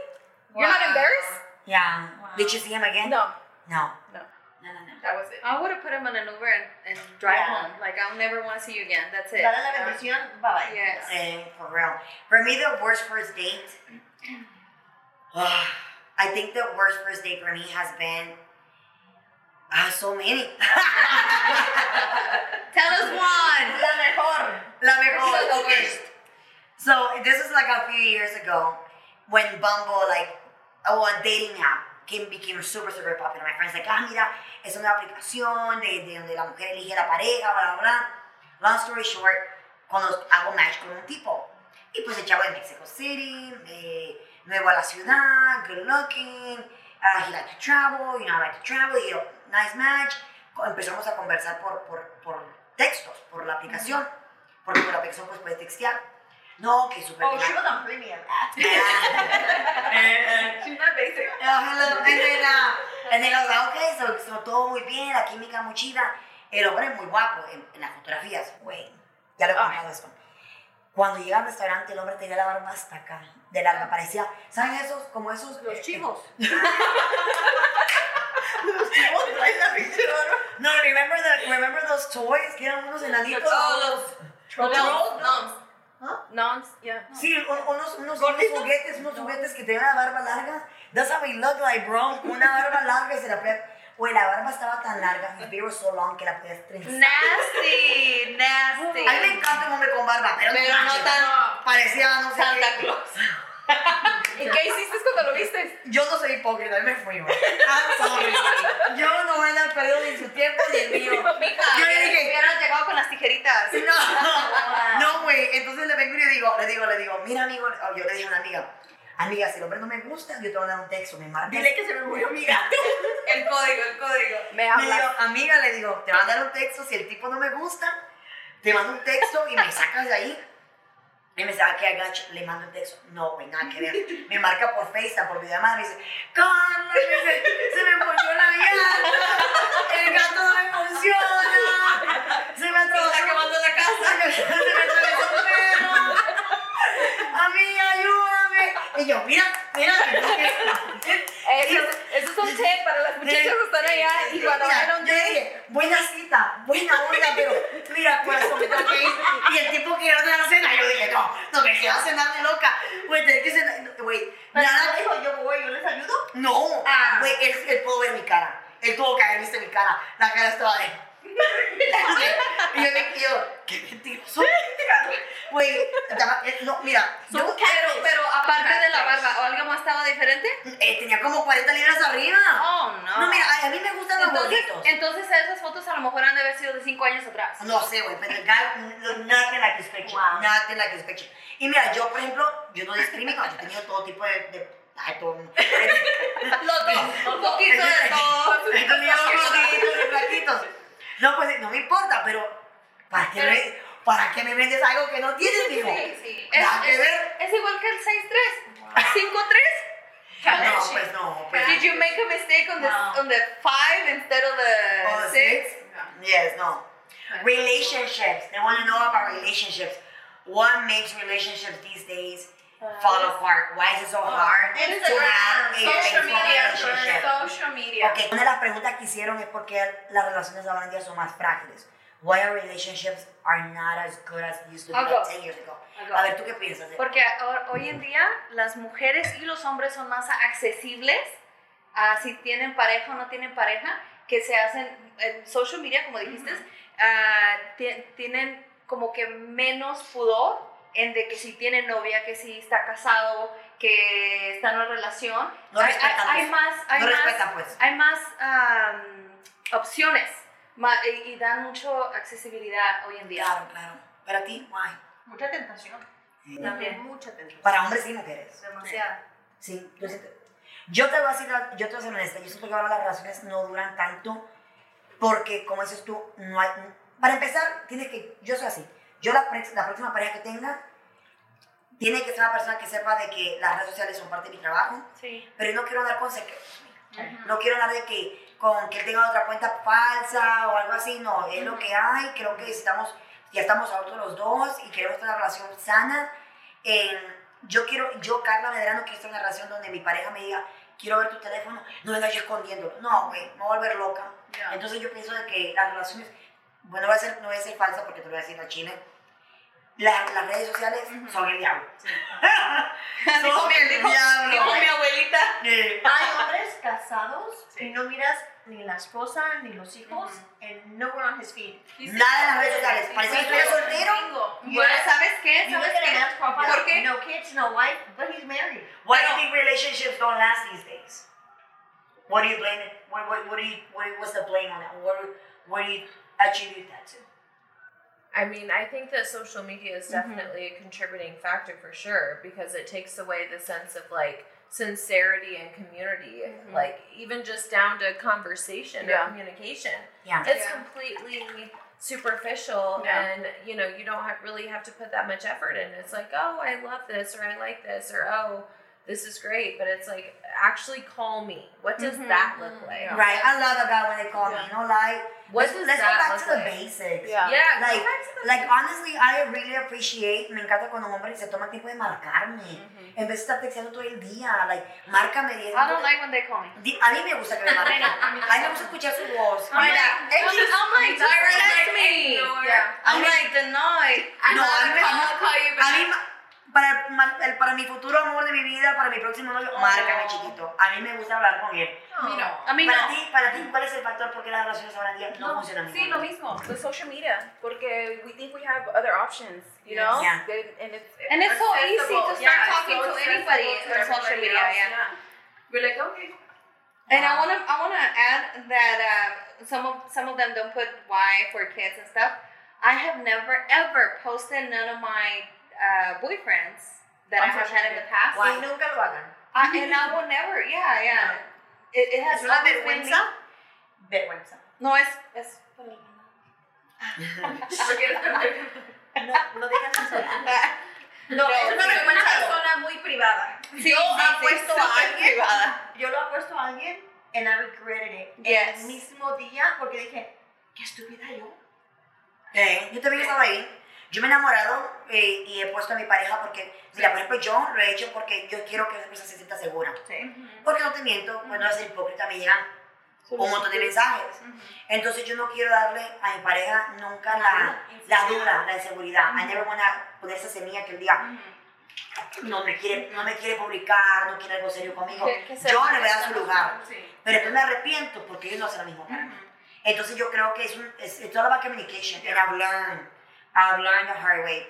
S4: You're not
S8: Wow.
S4: embarrassed?
S1: Yeah. Did you see him again?
S4: No,
S1: No.
S6: No, no, no.
S4: that was it.
S3: I would have put him in an Uber and, and drive
S6: Yeah.
S3: home. Like I'll never want to see you again. That's it.
S6: Dale la bendición, bye bye.
S3: Yes.
S1: Eh, for real. For me, the worst first date. <sighs> Ah, I think the worst first date for me has been ah, so many. <laughs>
S3: Tell us one.
S6: La mejor.
S1: La mejor.
S3: That's the
S1: Okay.
S3: worst.
S1: So this is like a few years ago when Bumble, like, oh, a dating app, came, became super, super popular. My friend's like, ah, mira, es una aplicación de, de donde la mujer elige la pareja, bla, bla, bla. Long story short, cuando hago match con un tipo. Y pues el chavo de Mexico City, eh, nuevo a la ciudad, good looking, ah, he like to travel, you know, I like to travel, y yo, nice match. Co- Empezamos a conversar por, por, por textos, por la aplicación, porque por la aplicación pues puedes textear. No, que súper
S6: Oh,
S1: bien.
S6: she was on premium.
S1: <laughs>
S2: She's not basic.
S1: Oh, hello, and then, uh, and then I was like, okay, so, so todo muy bien, la química muy chida. El hombre es muy guapo en, en las fotografías, güey. Ya
S6: Ah.
S1: lo he contado esto. Cuando llega al restaurante, el hombre tenía la barba hasta acá, de larga.
S6: Ah.
S1: Parecía, ¿saben esos? Como esos. eh, <laughs> Los chivos. No, remember, the, remember those toys que eran unos enanitos.
S3: Trolls. Noms.
S4: Noms, yeah.
S1: Sí, un- unos, unos, unos juguetes, unos juguetes que tenían la barba larga. That's how we look like, bro. Una barba larga y se la podía... Güey, la barba estaba tan larga, mi pelo so long que la podías trenzar.
S3: Nasty, nasty.
S1: A mí me encanta un hombre con barba, pero,
S3: Pero no
S1: manches,
S3: tan-
S1: Parecía, no sé
S3: Santa
S1: qué.
S3: Claus.
S4: ¿Y qué hiciste cuando lo viste?
S1: Yo no soy hipócrita, yo me fui,
S3: <laughs>
S1: güey. I'm sorry. Yo no voy a dar perdido ni su tiempo ni el mío.
S3: Mija,
S1: Yo le dije-
S3: hubieras llegado con las tijeritas.
S1: Sí, No, no, güey. Entonces le vengo y le digo, le digo, le digo, mira, amigo, o yo le dije a una amiga, amiga, si el hombre no me gusta, yo te voy a dar un texto, me marcas.
S6: Dile que se me murió mi
S1: <laughs>
S6: gato.
S3: El código, el código.
S4: Me
S1: Le
S4: hablas.
S1: digo, amiga, le digo, te mandaron un texto, si el tipo no me gusta, te mando un texto y me sacas de ahí. Y me dice, ah, que agacho, le mando un texto. No, güey, nada que ver. Me marca por FaceTime, por videollamada, me dice, Carla, me dice, se me murió la llanta, el gato no me funciona, se me atrasó. Se me
S3: la casa.
S1: <laughs> se me atravesó un perro. Amiga, ayúdame. Y yo, mira, mira,
S4: Eso, eso es un tip para las muchachas que están allá y cuando
S1: Mira,
S4: vayan a un
S1: yo
S4: date.
S1: dije, buena cita, buena onda, pero mira, corazón, me tengo que ir. Y el tipo que era de la cena, yo dije, no, no me quedo a cenar de loca. Güey, tenés que cenar, güey, nada,
S6: Nada, dijo yo voy, yo les ayudo.
S1: no,
S4: Ah.
S1: güey, él, él pudo ver mi cara, él tuvo que haber visto mi cara, la cara estaba de... <laughs> y yo dije, yo, qué mentiroso, güey, estaba- eh, no, mira, yo
S3: Pero, pero aparte de la barba, ¿o algo más estaba diferente?
S1: eh, tenía como 40 libras arriba.
S4: Ah.
S3: Oh, no.
S1: No, mira, a, a mí me gustan los
S3: entonces,
S1: gorditos.
S3: entonces esas fotos a lo mejor han de haber sido de 5 años atrás.
S1: No sé, güey, pero el guy, no- nothing like his picture, nothing like his picture. Y mira, yo, por ejemplo, yo no discrimino, yo he tenido todo tipo de... de ay, todo...
S3: <laughs> Los dos, un poquito de todo.
S1: He
S3: <laughs>
S1: tenido gorditos y flaquitos. No, pues, no me importa, pero... ¿Para qué, me, ¿para qué me vendes algo que no tienes, digo?
S3: Sí, sí. Es,
S1: Nada que
S3: es- <laughs>
S1: ver.
S3: es igual que el 6'3. 5'3.
S1: No, pues no, pues...
S3: Did you make a mistake on the, on the 5 instead of the
S1: Oh,
S3: 6?
S1: Yes, no. Relationships. They want to know about relationships. What makes relationships these days fall apart? Why is it so hard to have a faithful
S3: Social media.
S1: relationship?
S3: Social media.
S1: Ok, una de las preguntas que hicieron es por qué las relaciones ahora en día son más frágiles. Why our relationships are not as good as they used to be
S3: I'll
S1: like
S3: go.
S1: 10 years ago.
S3: I'll go.
S1: A ver, ¿tú qué piensas? eh?
S3: Porque ahora- hoy en día las mujeres y los hombres son más accesibles a si tienen pareja o no tienen pareja, que se hacen en social media, como dijiste, ah, ti- tienen como que menos pudor en de que si tienen novia, que si está casado, que está en una relación.
S1: No
S3: hay,
S1: respetan,
S3: hay- hay
S1: pues.
S3: más, hay
S1: no
S3: más-
S1: respetan, pues.
S3: hay más am, opciones ma- y, y dan mucho accesibilidad hoy en día.
S1: Claro, claro. Para ti, why?
S2: Mucha tentación.
S3: También.
S6: Mucha atención.
S1: Para hombres y mujeres.
S3: Demasiado.
S1: Sí, yo sí te- Yo te voy a decir, la- yo te voy a ser honesta, yo siento que ahora las relaciones no duran tanto porque, como dices tú, no hay... Para empezar, tienes que, yo soy así, yo la, pre- la próxima pareja que tenga tiene que ser una persona que sepa de que las redes sociales son parte de mi trabajo,
S3: Sí.
S1: pero no quiero dar consejos, no quiero hablar de que con que él tenga otra cuenta falsa o algo así, no, es lo que hay, creo que estamos, ya estamos adultos los dos y queremos tener una relación sana. Eh, yo quiero, yo Carla Medrano quiero estar en una relación donde mi pareja me diga, quiero ver tu teléfono, no me vayas escondiéndolo, no, güey, me voy a volver loca. Entonces yo pienso de que las relaciones, bueno, no voy a ser, no voy a ser falsa porque te lo voy a decir a Chile, La- las redes sociales son el diablo. <laughs>
S3: <laughs> Dijo
S1: son
S3: mi-
S1: el
S3: dijo-
S1: diablo.
S3: dijo
S1: güey.
S3: mi abuelita.
S1: Eh,
S2: <laughs> Hay hombres casados y no miras ni la esposa ni los hijos and no one on his feed.
S1: Nada en las redes sociales, parece que estoy soltero.
S3: Bueno, ¿sabes qué?
S2: You look
S3: ¿Sabes
S2: at a
S3: qué?
S2: man's profile,
S3: ¿Por qué?
S2: no kids, no wife, but he's married.
S1: Why do
S3: Pero-
S1: you think relationships don't last these days? What do you blame it? What, what, what do you? What, what's the blame on that? What, what do you attribute that to?
S5: I mean, I think that social media is
S1: Mm-hmm.
S5: definitely a contributing factor for sure because it takes away the sense of like sincerity and community,
S1: Mm-hmm.
S5: like even just down to conversation
S4: Yeah.
S5: or communication.
S1: Yeah.
S5: It's
S3: Yeah.
S5: completely superficial
S4: Yeah.
S5: and you know, you don't have, really have to put that much effort in. It's like, "Oh, I love this" or "I like this" or "Oh, this is great," but it's like, "Actually call me." What does
S1: Mm-hmm.
S3: Mhm.
S5: that look like?
S4: Yeah.
S1: Right. I love about when they call me. No lie.
S5: What
S1: let's
S5: does
S1: let's
S5: that
S1: go back
S5: look
S1: to the
S5: like?
S1: basics.
S4: Yeah.
S5: Yeah, go
S1: Like-
S5: back to the
S1: Like honestly, I really appreciate. Me encanta cuando un hombre se toma tiempo de marcarme. En vez de estar texteando todo el día. Like, márcame. diez
S3: I don't
S1: minutos.
S3: like when they call me.
S1: Di- A mí me gusta que me marquen. Ah, <laughs> A mí me gusta escuchar su voz. Mira,
S3: I'm like, I'm like, direct me.
S5: Yeah.
S3: I'm like, deny.
S1: No, a mí me-
S3: call you
S1: A mí, ma- para, el ma- el- para mi futuro amor de mi vida, para mi próximo novio, márcame chiquito. A mí me gusta hablar con él.
S3: A mí
S1: para
S3: no.
S1: ti, para ti, ¿cuál es el factor por qué las relaciones ahora en día no, funcionan?
S4: Sí, lo mismo. The social media. Porque we think we have other options, you know?
S1: Yeah.
S4: Then- And it's,
S3: And it's so easy
S5: accessible.
S3: to start
S5: Yeah, it's
S3: talking
S5: so
S3: to
S5: accessible
S3: anybody
S5: to
S3: on social
S5: everybody
S3: media,
S5: else,
S3: yeah.
S5: We're like, okay.
S3: And
S5: <laughs>
S3: I wanna, I wanna add that um, some of some of them don't put why for kids and stuff. I have never ever posted none of my uh, boyfriends that I have had in the past.
S1: Why?
S2: Y nunca lo hagan.
S3: I, and I will never. Yeah, yeah. It, it has
S2: Es una
S3: always been me.
S2: vergüenza. Vergüenza.
S3: No es es.
S2: No, no dejas eso.
S3: <laughs> No,
S2: es una vergüenza.
S5: persona muy privada.
S3: Sí,
S2: Yo
S3: sí, sí,
S2: apuesto a
S3: súper
S2: alguien.
S3: privada.
S2: Yo lo apuesto a alguien and I regretted it.
S3: Yes.
S2: El mismo día porque dije, qué estúpida yo.
S1: Eh, yo también estaba ahí. Yo me he enamorado eh, y he puesto a mi pareja porque, mira, por ejemplo, yo lo he hecho porque yo quiero que esa persona se sienta segura. Porque no te miento, pues no es hipócrita, me llegan un montón de mensajes.
S4: Mm-hmm.
S1: Entonces yo no quiero darle a mi pareja nunca la, la duda, la inseguridad. I never wanna poner esa semilla que él diga,
S4: Mm-hmm.
S1: no me quiere, no me quiere publicar, no quiere algo serio conmigo.
S3: Que- que se-
S1: yo le voy a dar su lugar. Pero después me arrepiento porque ellos no hacen lo mismo para mí. Entonces yo creo que es un, es, it's all about communication. And I've learned, I've learned the hard way.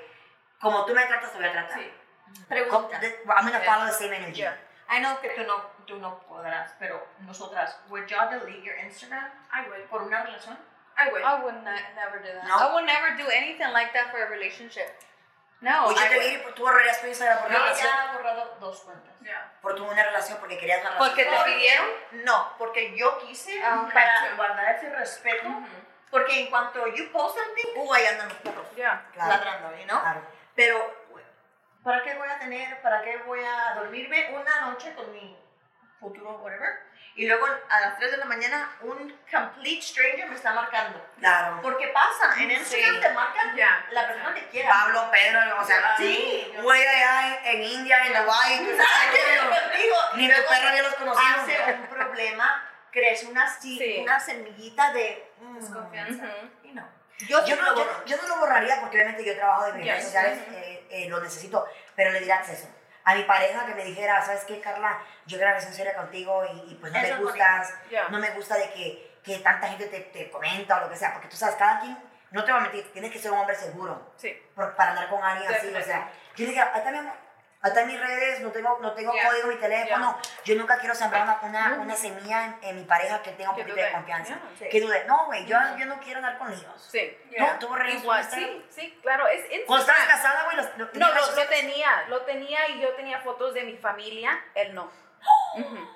S1: Como tú me tratas, te voy a tratar. Como-
S6: Pregunta.
S1: the- I'm gonna follow the same energy.
S4: Yeah.
S2: I know que tú no, tú no podrás, pero nosotras, would y'all delete your Instagram
S8: I would.
S2: por una relación?
S8: I
S4: Oh.
S8: would.
S3: I would not, never do that.
S1: No?
S3: I would never do anything like that for a relationship. No,
S1: Oye,
S3: Oh, I
S1: te
S3: would-
S1: vi, pues, tú borrarías tu Instagram por una
S2: Yo
S1: relación,
S2: ya he borrado dos cuentas.
S8: Yeah.
S1: por tu una relación porque querías una
S3: porque
S1: relación.
S3: te pidieron.
S2: No, porque yo quise
S3: Ah, ok.
S2: para guardar ese respeto, porque en cuanto you post something, uh, ahí andan los perros
S4: yeah.
S1: Claro,
S2: ladrando, you know?
S1: claro.
S2: Pero, ¿para qué voy a tener, para qué voy a dormirme una noche con mi futuro, whatever. Y luego a las 3 de la mañana, un complete stranger me está marcando.
S1: Claro.
S2: Porque pasa, en Instagram te marcan
S5: Ya.
S2: la persona que quiera. <laughs>
S1: Pablo, Pedro, o sea,
S2: Sí.
S1: un güey allá en, en India, en Hawaii, tú sabes,
S2: Digo,
S1: ni tu
S2: luego
S1: perro ya los conocimos.
S2: hace un problema, crece una, si-
S4: Sí.
S2: una semillita de mm,
S6: Desconfianza.
S4: Mm-hmm.
S2: y no.
S1: Yo no, yo, no- yo no lo borraría porque obviamente yo trabajo de mis
S5: Ya,
S1: redes sociales, eh, eh, lo necesito, pero le diré acceso. A mi pareja que me dijera, ¿sabes qué, Carla? Yo quiero una relación seria contigo y, y pues no
S2: Eso
S1: me
S2: es
S1: gustas,
S5: Ya.
S1: no me gusta de que, que tanta gente te, te comenta o lo que sea, porque tú sabes, cada quien, no te va a mentir, tienes que ser un hombre seguro
S4: Sí.
S1: por- para andar con alguien así, o
S4: Definitely.
S1: sea, yo le dije, ahí están mis redes, no tengo, no tengo
S4: Yeah.
S1: código en mi teléfono, yo nunca quiero sembrar una, una, una semilla en, en mi pareja que tenga un
S4: Que
S1: poquito de
S4: dude.
S1: confianza.
S4: Yeah.
S1: Que dude, no, güey, yo, yo no quiero andar con líos.
S4: Sí.
S1: No, tú borrarías
S4: Igual,
S1: Instagram.
S4: sí, sí, claro, es Instagram.
S1: Cuando estabas Pues casada, güey, los- los-
S4: No,
S1: tenías
S4: lo,
S1: sus-
S4: lo tenía, lo tenía y yo tenía fotos de mi familia,
S1: <gasps>
S4: él no. Ujú.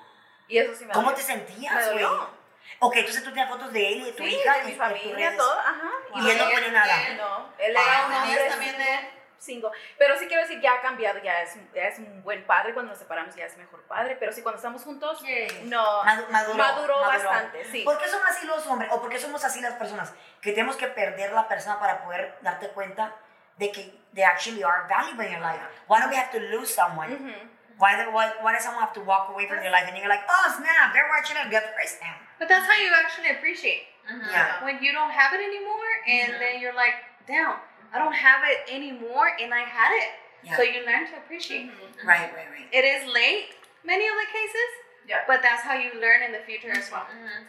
S4: Y eso sí me
S1: ¿Cómo te
S4: dolió. Me
S1: sentías, güey?
S4: dolió.
S1: Ok, entonces tú tenías fotos de él y de tu
S4: Sí,
S1: hija.
S4: de
S1: en-
S4: mi
S1: en tus
S4: familia,
S1: redes.
S4: todo, ajá.
S1: Y él no pone nada.
S4: Y No, él era
S1: Ah,
S4: un
S1: ¿tenías
S4: hombre
S1: también
S4: cinco. Pero sí quiero decir, ya ha cambiado, ya es, ya es un buen padre, cuando nos separamos ya es mejor padre, pero sí cuando estamos juntos, no,
S1: Madu- Maduró,
S4: maduró, bastante, sí.
S1: ¿Por qué son así los hombres? ¿O por qué somos así las personas? Que tenemos que perder la persona para poder darte cuenta de que they actually are valuable in your life. Why do we have to lose someone?
S4: Ujú.
S1: Why, do, why, why does someone have to walk away from your life? And you're like, oh, snap, they're watching a good person.
S3: But that's how you actually appreciate
S1: Yeah.
S3: when you don't have it anymore, and then you're like, damn, I don't have it anymore, and I had it.
S1: Yeah.
S3: So you learn to appreciate.
S1: Right, right, right.
S3: It is late, many of the cases.
S5: Yeah.
S3: But that's how you learn in the future as well.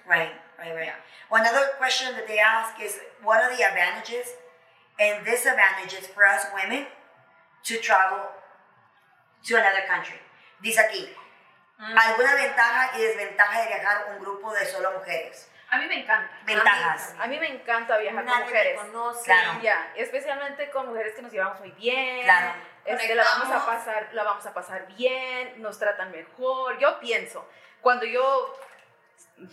S1: Right, right, right. Well, another question that they ask is what are the advantages and disadvantages for us women to travel to another country? Dice aquí, ¿alguna ventaja y desventaja de viajar un grupo de solo mujeres?
S5: A mí me encanta.
S1: Ventajas.
S4: A mí me encanta viajar
S6: Nadie
S4: con
S6: te
S4: mujeres.
S6: conoce.
S1: Claro.
S4: Ya, especialmente con mujeres que nos llevamos muy bien.
S1: Claro.
S4: Este, la vamos a
S6: Conectamos.
S4: pasar, la vamos a pasar bien, nos tratan mejor. Yo pienso, cuando yo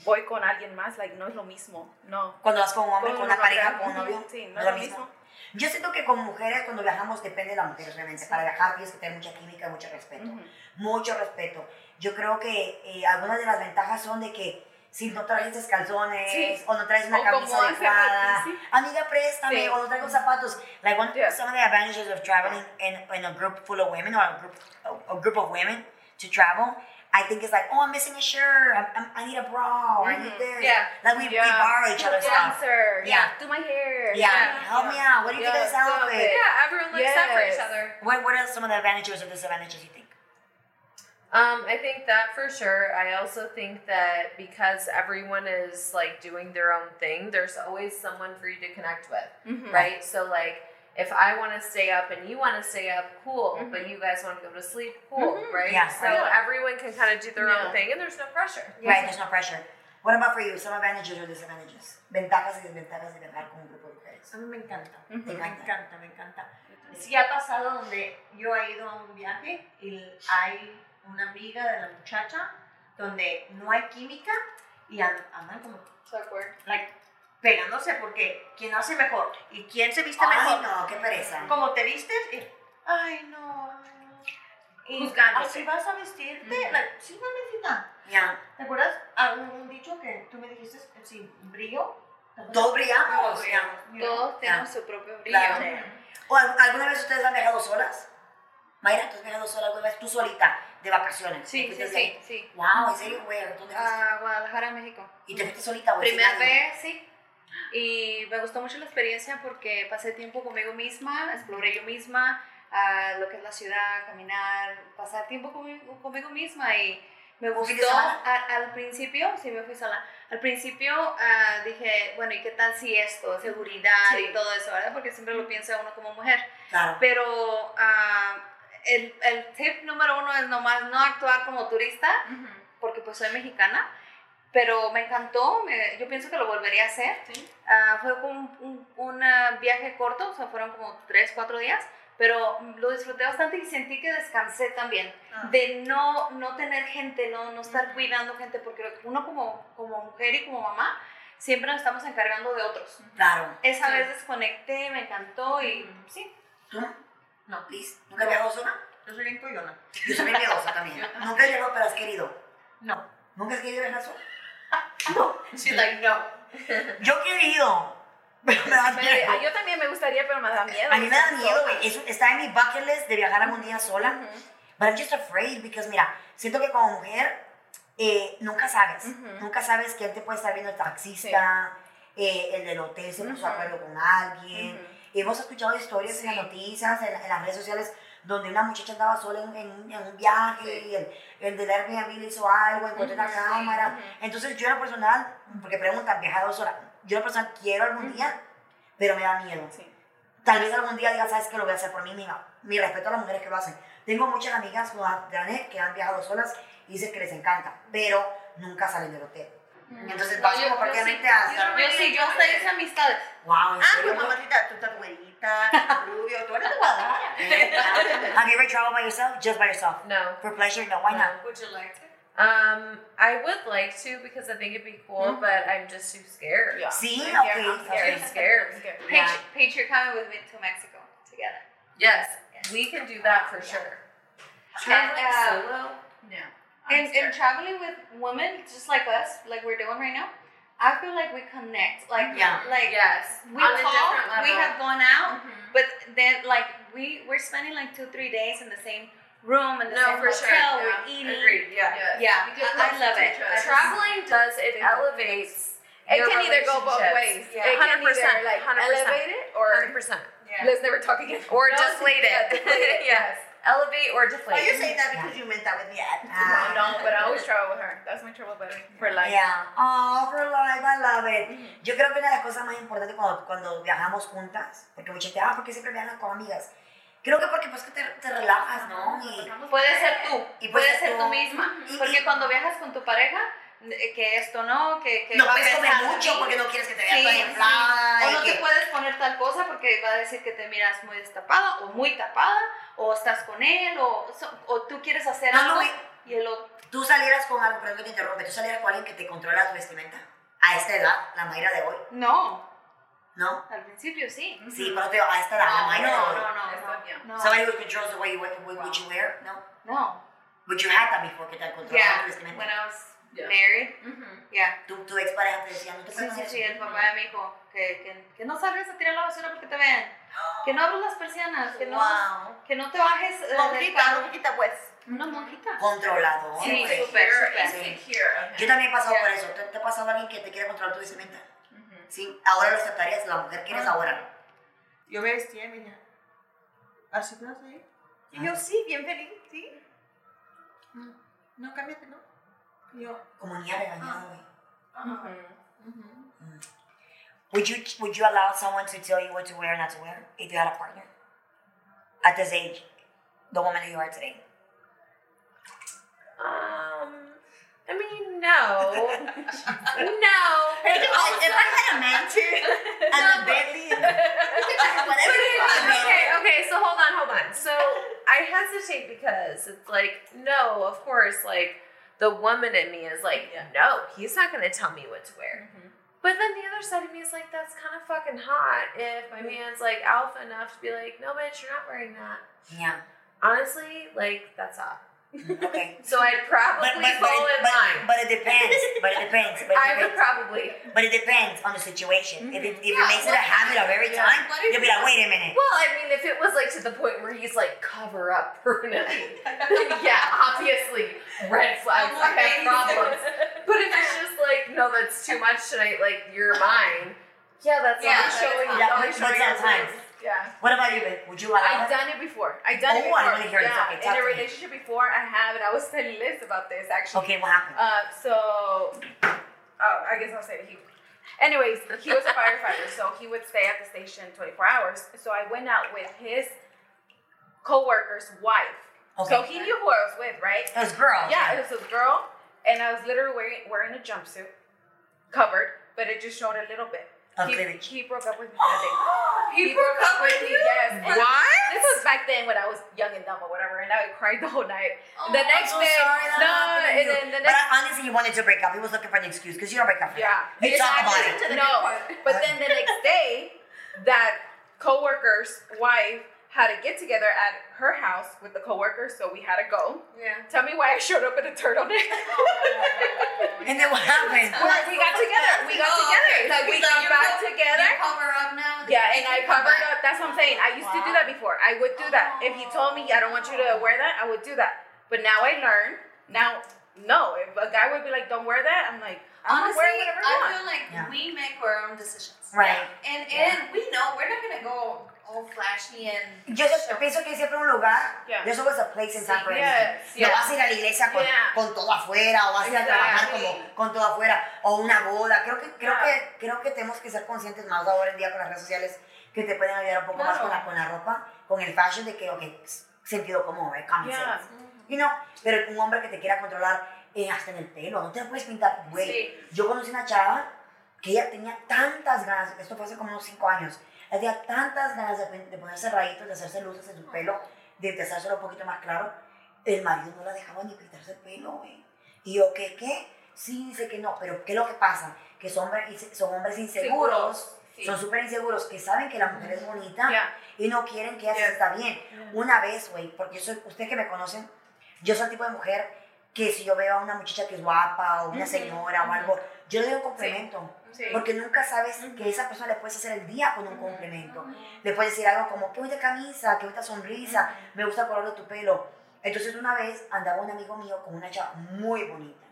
S4: voy con alguien más, like no es lo mismo, no.
S1: Cuando vas con un hombre, con una pareja, con un
S4: Ujú,
S1: novio.
S4: <laughs> Sí, no
S1: ¿no
S4: es lo mismo.
S1: Yo siento que con mujeres cuando viajamos depende de la mujer realmente. Para viajar tienes que tener mucha química y mucho respeto.
S4: Ujú.
S1: mucho respeto. Yo creo que eh, algunas de las ventajas son de que si no traes calzones
S4: Sí.
S1: o no traes una
S4: O como
S1: camisa
S4: hace
S1: adecuada,
S4: rato, sí.
S1: amiga, préstame,
S4: Sí.
S1: o no traigo zapatos. Like one,
S4: Yeah.
S1: some of the advantages of traveling in, in a group full of women or a group, a, a group of women to travel, I think it's like, oh, I'm missing a shirt, I'm, I'm- i need a bra, or I need
S4: Mhm.
S1: this.
S4: Yeah.
S1: Like we, we
S4: Yeah.
S1: borrow each other's stuff.
S4: Dancer,
S1: Yeah.
S4: yeah. Do my hair.
S1: Yeah. help me out. What do you think
S4: Yeah,
S1: of this outfit?
S4: outfit.
S5: Yeah, everyone looks out for
S4: Yes.
S5: each other.
S1: What, what are some of the advantages or disadvantages you think?
S5: Um, I think that for sure. I also think that because everyone is like doing their own thing, there's always someone for you to connect with,
S4: Mhm.
S5: right? So like, if I want to stay up and you want to stay up, cool. But you guys want to go to sleep, cool, right?
S1: Yeah.
S5: So
S4: Mm-hmm. Yeah.
S5: everyone can kind of do their
S4: Yeah.
S5: own thing, and there's no pressure.
S1: Right, there's no pressure. What about for you? Some advantages or disadvantages? Ventajas y desventajas de viajar con un grupo de mujeres.
S6: A mí me encanta.
S1: Te
S6: Me
S1: encanta.
S6: encanta, me encanta.
S2: Sí ha pasado donde yo he ido a un viaje y hay una amiga de la muchacha donde no hay química y an- andan como like, pegándose porque quién lo hace mejor y quién se viste
S1: Ay,
S2: mejor.
S1: no, qué pereza.
S2: Como te vistes, y, ay no. ay, no. Y
S5: Juzgándote.
S2: así vas a vestirte, like, sí, mamacita.
S1: Ya.
S2: ¿Te acuerdas a un, un dicho que tú me dijiste sin brillo?
S1: Todos brillamos.
S2: Todos
S1: ya.
S2: brillamos, mira.
S1: Yeah.
S3: Todos tenemos su propio brillo.
S1: Claro. ¿O al- alguna vez ustedes han viajado solas? Mayra, ¿tú has viajado sola alguna vez? Tú solita, de vacaciones.
S3: Sí,
S1: ¿Te
S3: sí,
S1: fuiste
S3: sí,
S1: de-
S3: sí.
S1: Wow, ¿en serio, güey? ¿Dónde fuiste?
S3: A Guadalajara, México.
S1: ¿Y te fuiste solita, güey? sin
S3: Primera
S1: nadie?
S3: vez, sí. Y me gustó mucho la experiencia porque pasé tiempo conmigo misma, exploré yo misma ah, lo que es la ciudad, caminar, pasar tiempo conmigo, conmigo misma y me
S1: ¿Un fin de
S3: gustó.
S1: semana?
S3: A- al principio, sí me fui sola, al principio ah, dije, bueno, ¿y qué tal si esto, seguridad
S4: Sí.
S3: y todo eso, verdad? Porque siempre lo piensa uno como mujer.
S1: Claro.
S3: Pero ah, el, el tip número uno es nomás no actuar como turista porque pues soy mexicana, pero me encantó, me- yo pienso que lo volvería a hacer. Ah, fue como un, un- un, ah, viaje corto, o sea, fueron como 3, 4 días, pero lo disfruté bastante y sentí que descansé también,
S2: Ah,
S3: de no, no tener gente, no, no estar cuidando gente, porque uno como, como mujer y como mamá siempre nos estamos encargando de otros.
S1: Claro.
S3: Esa vez desconecté, me encantó y sí.
S1: ¿Tú?
S6: No.
S1: Liz, ¿nunca has viajado sola?
S6: Yo soy bien coyona.
S1: <laughs> Yo soy miedosa también. Nunca he viajado, pero has querido.
S6: No.
S1: ¿Nunca has querido viajar sola?
S2: She's like, no.
S1: Yo he querido. Pero me <laughs> da miedo.
S4: Pero, ah, yo también me gustaría, pero me da miedo.
S1: A mí me da miedo, güey. Eso Está en mi bucket list de viajar algún día sola. But I'm just afraid because, mira, siento que como mujer eh, nunca sabes.
S4: Ujú.
S1: Nunca sabes quién te puede estar viendo el taxista, eh, el del hotel se puso de
S4: Ujú.
S1: acuerdo con alguien.
S4: Ujú.
S1: Hemos escuchado historias en las noticias, en, en las redes sociales, donde una muchacha andaba sola en, en- en un viaje y el, el del Airbnb le hizo algo, encontró una cámara. Entonces yo en lo personal, porque preguntan, viajar dos horas, yo en lo personal quiero algún día, pero me da miedo. <laughs>
S4: Sí.
S1: Tal vez algún día diga, sabes que lo voy a hacer por mí misma. Mi respeto a las mujeres que lo hacen. Tengo muchas amigas mujeres que han viajado solas y dicen que les encanta, pero nunca salen del hotel. Entonces vas como prácticamente a estar,
S3: Yo sí, yo hasta hice amistades.
S1: wow, ¿en
S2: Ah, pues
S1: serio?
S2: mamacita, tú
S6: <laughs>
S2: estás güerita, rubio, tú eres de Guadalajara.
S1: Have you ever traveled by yourself? Just by yourself.
S5: No.
S1: For pleasure, no, why not?
S3: Would you like to?
S5: Um, I would like to because I think it'd be cool,
S4: Mhm.
S5: but I'm just too scared.
S4: Yeah.
S1: Sí,
S4: I'm
S1: ok,
S4: scared, I'm
S1: ok.
S4: scared, I'm scared, I'm scared.
S3: Paige,
S5: Yeah.
S3: Paige, you're coming with me to Mexico together.
S5: Yes, we can do that for sure.
S3: Traveling
S5: And, uh,
S8: No.
S3: And, and traveling with women just like us, like we're doing right now, I feel like we connect. Like,
S1: Yeah.
S3: like
S5: yes,
S3: we
S5: on a different
S3: talk,
S5: level.
S3: we have gone out,
S5: Mhm.
S3: but then like we we're spending like two three days in the same room and the
S5: No,
S3: same
S5: for sure.
S3: hotel.
S5: Yeah,
S3: We're eating.
S5: Agreed. Yeah.
S8: Yes.
S3: Yeah,
S8: We get
S3: I- I
S8: closer
S3: love
S8: to
S3: it.
S8: each other.
S5: Traveling does it elevates.
S4: It
S5: your
S4: can either go both
S5: relationships.
S4: ways.
S3: Yeah.
S4: It can
S5: 100%,
S4: either like
S5: 100%.
S4: elevate it or
S5: 100%.
S4: let's never talk again.
S5: Or
S4: No,
S5: deflate
S4: yeah,
S5: it.
S4: deflate it, <laughs>
S5: <laughs> yes. Elevate or
S2: Why you
S5: deflate.
S2: saying that? Because you met that with me.
S1: Ah.
S4: I know, but I always travel with her. That's my travel buddy for life.
S1: Yeah. Oh, for life, I love it. Yo creo que una de las cosas más importantes cuando, cuando viajamos juntas, porque mucha gente, ah, ¿por qué siempre viajan con amigas? Creo que porque pues que te, te relajas, ¿no? Y,
S3: Puede ser tú,
S1: Y puede
S3: puede
S1: ser
S3: ser
S1: tú.
S3: tú misma,
S1: Y- y-
S3: porque cuando viajas con tu pareja, eh, que esto no, que, que
S1: no
S3: va a
S1: puedes comer
S3: pensar
S1: mucho
S3: así.
S1: porque no quieres que te veas
S3: Sí,
S1: tan
S3: sí.
S1: inflada.
S3: O
S1: y
S3: no te
S1: que-
S3: puedes poner tal cosa porque va a decir que te miras muy destapada o muy tapada o estás con él o, so- o tú quieres hacer
S1: No, no,
S3: algo
S1: güey.
S3: y el otro.
S1: Tú salieras con algo, perdón que te interrumpe, tú salieras con alguien que te controla tu vestimenta. A esta edad, la Mayra de hoy,
S3: No,
S1: ¿no?
S3: al principio sí.
S1: Sí, pero te digo, a esta edad, Ah, la Mayra de
S3: no,
S1: hoy.
S3: no, no,
S8: Esta, yeah.
S3: no, no,
S1: Somebody who controls the way you, what, what you wear, ¿no?
S3: no.
S1: But you had that before, que te controlaba tu
S3: Yeah,
S1: vestimenta.
S3: when I was
S8: Yeah.
S3: married,
S5: Mm-hmm.
S3: yeah.
S1: tu, tu expareja te decía, no te
S3: Sí,
S1: puedes
S3: sí,
S1: hacer
S3: sí, el papá de mi hijo, que, que, que no salgas a tirar la basura porque te vean, que no abras las persianas, que no,
S2: Wow.
S3: que no te bajes eh, del
S2: Monjita,
S3: carro.
S2: monjita, pues.
S1: <laughs>
S3: Una <laughs> monjita.
S1: controlador.
S3: Sí,
S1: güey.
S3: súper, súper.
S1: Sí.
S8: Insecure of
S1: Yo
S8: him.
S1: también he pasado
S3: Ya.
S1: por eso. ¿Te, te ha pasado alguien que te quiere controlar tu vestimenta?
S5: Mm-hmm.
S8: Mhm.
S1: Sí, ahora lo aceptarías, la mujer que eres ahora.
S6: Yo me vestía, mira. Así puedo salir.
S2: Y yo sí, bien feliz, sí.
S6: No, cámbiate, ¿no? Y yo.
S1: Como niña regañada, güey.
S5: Mm-hmm.
S6: ujú.
S1: Would you, would you allow someone to tell you what to wear and not to wear if you had a partner? At this age, the woman that you are today.
S5: Um, I mean,
S1: <laughs>
S5: no, no.
S6: If I,
S5: <laughs>
S6: if I had a man too, and a Bentley, and whatever you want,
S5: okay,
S6: man.
S5: okay, so hold on, hold on. So I hesitate because it's like, no, of course, like the woman in me is like, no, he's not gonna tell me what to wear. But then the other side of me is like, that's kind of fucking hot if my man's like alpha enough to be like, no, bitch, you're not wearing that.
S1: Yeah. Mm,
S5: Honestly, like, that's hot.
S1: Okay.
S5: <laughs> So I'd probably
S1: But, but, but,
S5: fall
S1: it,
S5: in
S1: but,
S5: line.
S1: but it depends. But it depends. But it
S5: I would
S1: depends.
S5: probably.
S1: But it depends on the situation. If
S5: Mm-hmm.
S1: it, if
S8: Yeah,
S1: it makes it
S8: what-
S1: a habit of every
S5: yeah.
S1: time,
S8: What if
S1: you'll be
S8: you-
S1: like, wait a minute.
S5: Well, I mean, if it was like to the point where he's like cover up <laughs> permanently, then yeah, obviously
S1: <laughs>
S5: red flags. I have problems. But if it's just like, no, that's too much tonight. Like you're mine. Yeah, that's
S8: Yeah,
S5: not
S8: that's
S5: showing.
S8: fine.
S5: you.
S1: Yeah,
S5: Only
S1: but-
S5: showing
S1: but
S5: your
S1: sometimes.
S5: friends. Yeah.
S1: What about you, babe? Would you allow it?
S5: I've done it before. I've done
S1: Oh,
S5: it before.
S1: I wanna hear this.
S5: yeah,
S1: Okay, talk to
S5: in a
S1: me.
S5: relationship before, I have it. I was <laughs> telling Liz about this actually.
S1: Okay, what happened?
S5: Uh, so, oh, I guess I'll say that he. Anyways, he was a firefighter, so he would stay at the station 24 hours. So I went out with his co-worker's wife.
S1: Okay.
S5: So he knew who I was with, right?
S1: It was girls.
S5: Yeah, it was a girl, and I was literally wearing, wearing a jumpsuit, covered, but it just showed a little bit.
S1: Of
S5: he,
S1: cleavage.
S5: he broke up with me that day.
S1: <gasps>
S5: He, broke, up with me, yes. and This was back then when I was young and dumb or whatever, and I cried the whole night. the next
S1: Oh, I'm so
S5: day,
S1: sorry that
S5: no,
S1: happened to
S5: and
S1: you.
S5: then the
S1: But
S5: next,
S1: I, honestly, you wanted to break up. He was looking for an excuse because you don't break up.
S5: yeah,
S1: You talk about it.
S5: no, but then the next day, that coworker's wife
S4: had to get together at her house with the coworkers, so we had to go.
S3: Yeah.
S4: Tell me why I showed up in a turtleneck.
S1: And then what happened?
S4: <laughs> Well, we got together. We got
S3: Oh,
S4: together.
S3: okay. So
S4: we
S3: you-
S4: got
S3: you
S4: back
S3: co-
S4: together.
S3: You cover up now.
S4: Yeah, and I covered
S3: Combine.
S4: up. That's what I'm saying. I used to do that before. I would do that. If he told me I don't want you to wear that, I would do that. But now I learn. Now, no. If a guy would be like, "Don't wear that," I'm like, "I'm
S3: Honestly,
S4: gonna wear whatever I
S3: I
S4: want."
S3: feel like
S1: Yeah.
S3: we make our own decisions.
S1: Right.
S3: And and we know we're not gonna go all flashy and.
S1: Yo so- pienso que hay siempre un lugar.
S4: Yeah.
S1: There's always a place in San Francisco.
S4: Yes.
S1: No vas a ir a la iglesia con,
S4: Yeah.
S1: con todo afuera o vas a ir a trabajar como con todo afuera o una boda. Creo que creo que creo que tenemos que ser conscientes más ahora en día con las redes sociales que te pueden ayudar un poco más
S3: Claro.
S1: con la, con la ropa, con el fashion de que ok, s- sentido común, eh, common
S4: Yeah.
S1: sense. You know, pero un hombre que te quiera controlar eh, hasta en el pelo, no te lo puedes pintar, güey.
S3: Sí.
S1: Yo conocí una chava que ella tenía tantas ganas, esto fue hace como unos 5 años, ella tenía tantas ganas de, pon- de ponerse rayitos, de hacerse luces en su pelo, de empezárselo un poquito más claro, el marido no la dejaba ni pintarse el pelo, güey. Y yo, ¿qué, qué? Sí, dice que no, pero ¿qué es lo que pasa? Que son, hombres- son hombres inseguros,
S3: Sí.
S1: son súper inseguros, que saben que la mujer es bonita
S4: Yeah.
S1: y no quieren que ella se está bien. Una vez, güey, porque yo soy, ustedes que me conocen, yo soy el tipo de mujer que si yo veo a una muchacha que es guapa o una señora o algo, yo le doy un complemento. Porque nunca sabes que esa persona le puedes hacer el día con un complemento.
S3: Mm-hmm.
S1: Le puedes decir algo como, qué bonita camisa, qué bonita sonrisa, me gusta el color de tu pelo. Entonces una vez andaba un amigo mío con una chava muy bonita.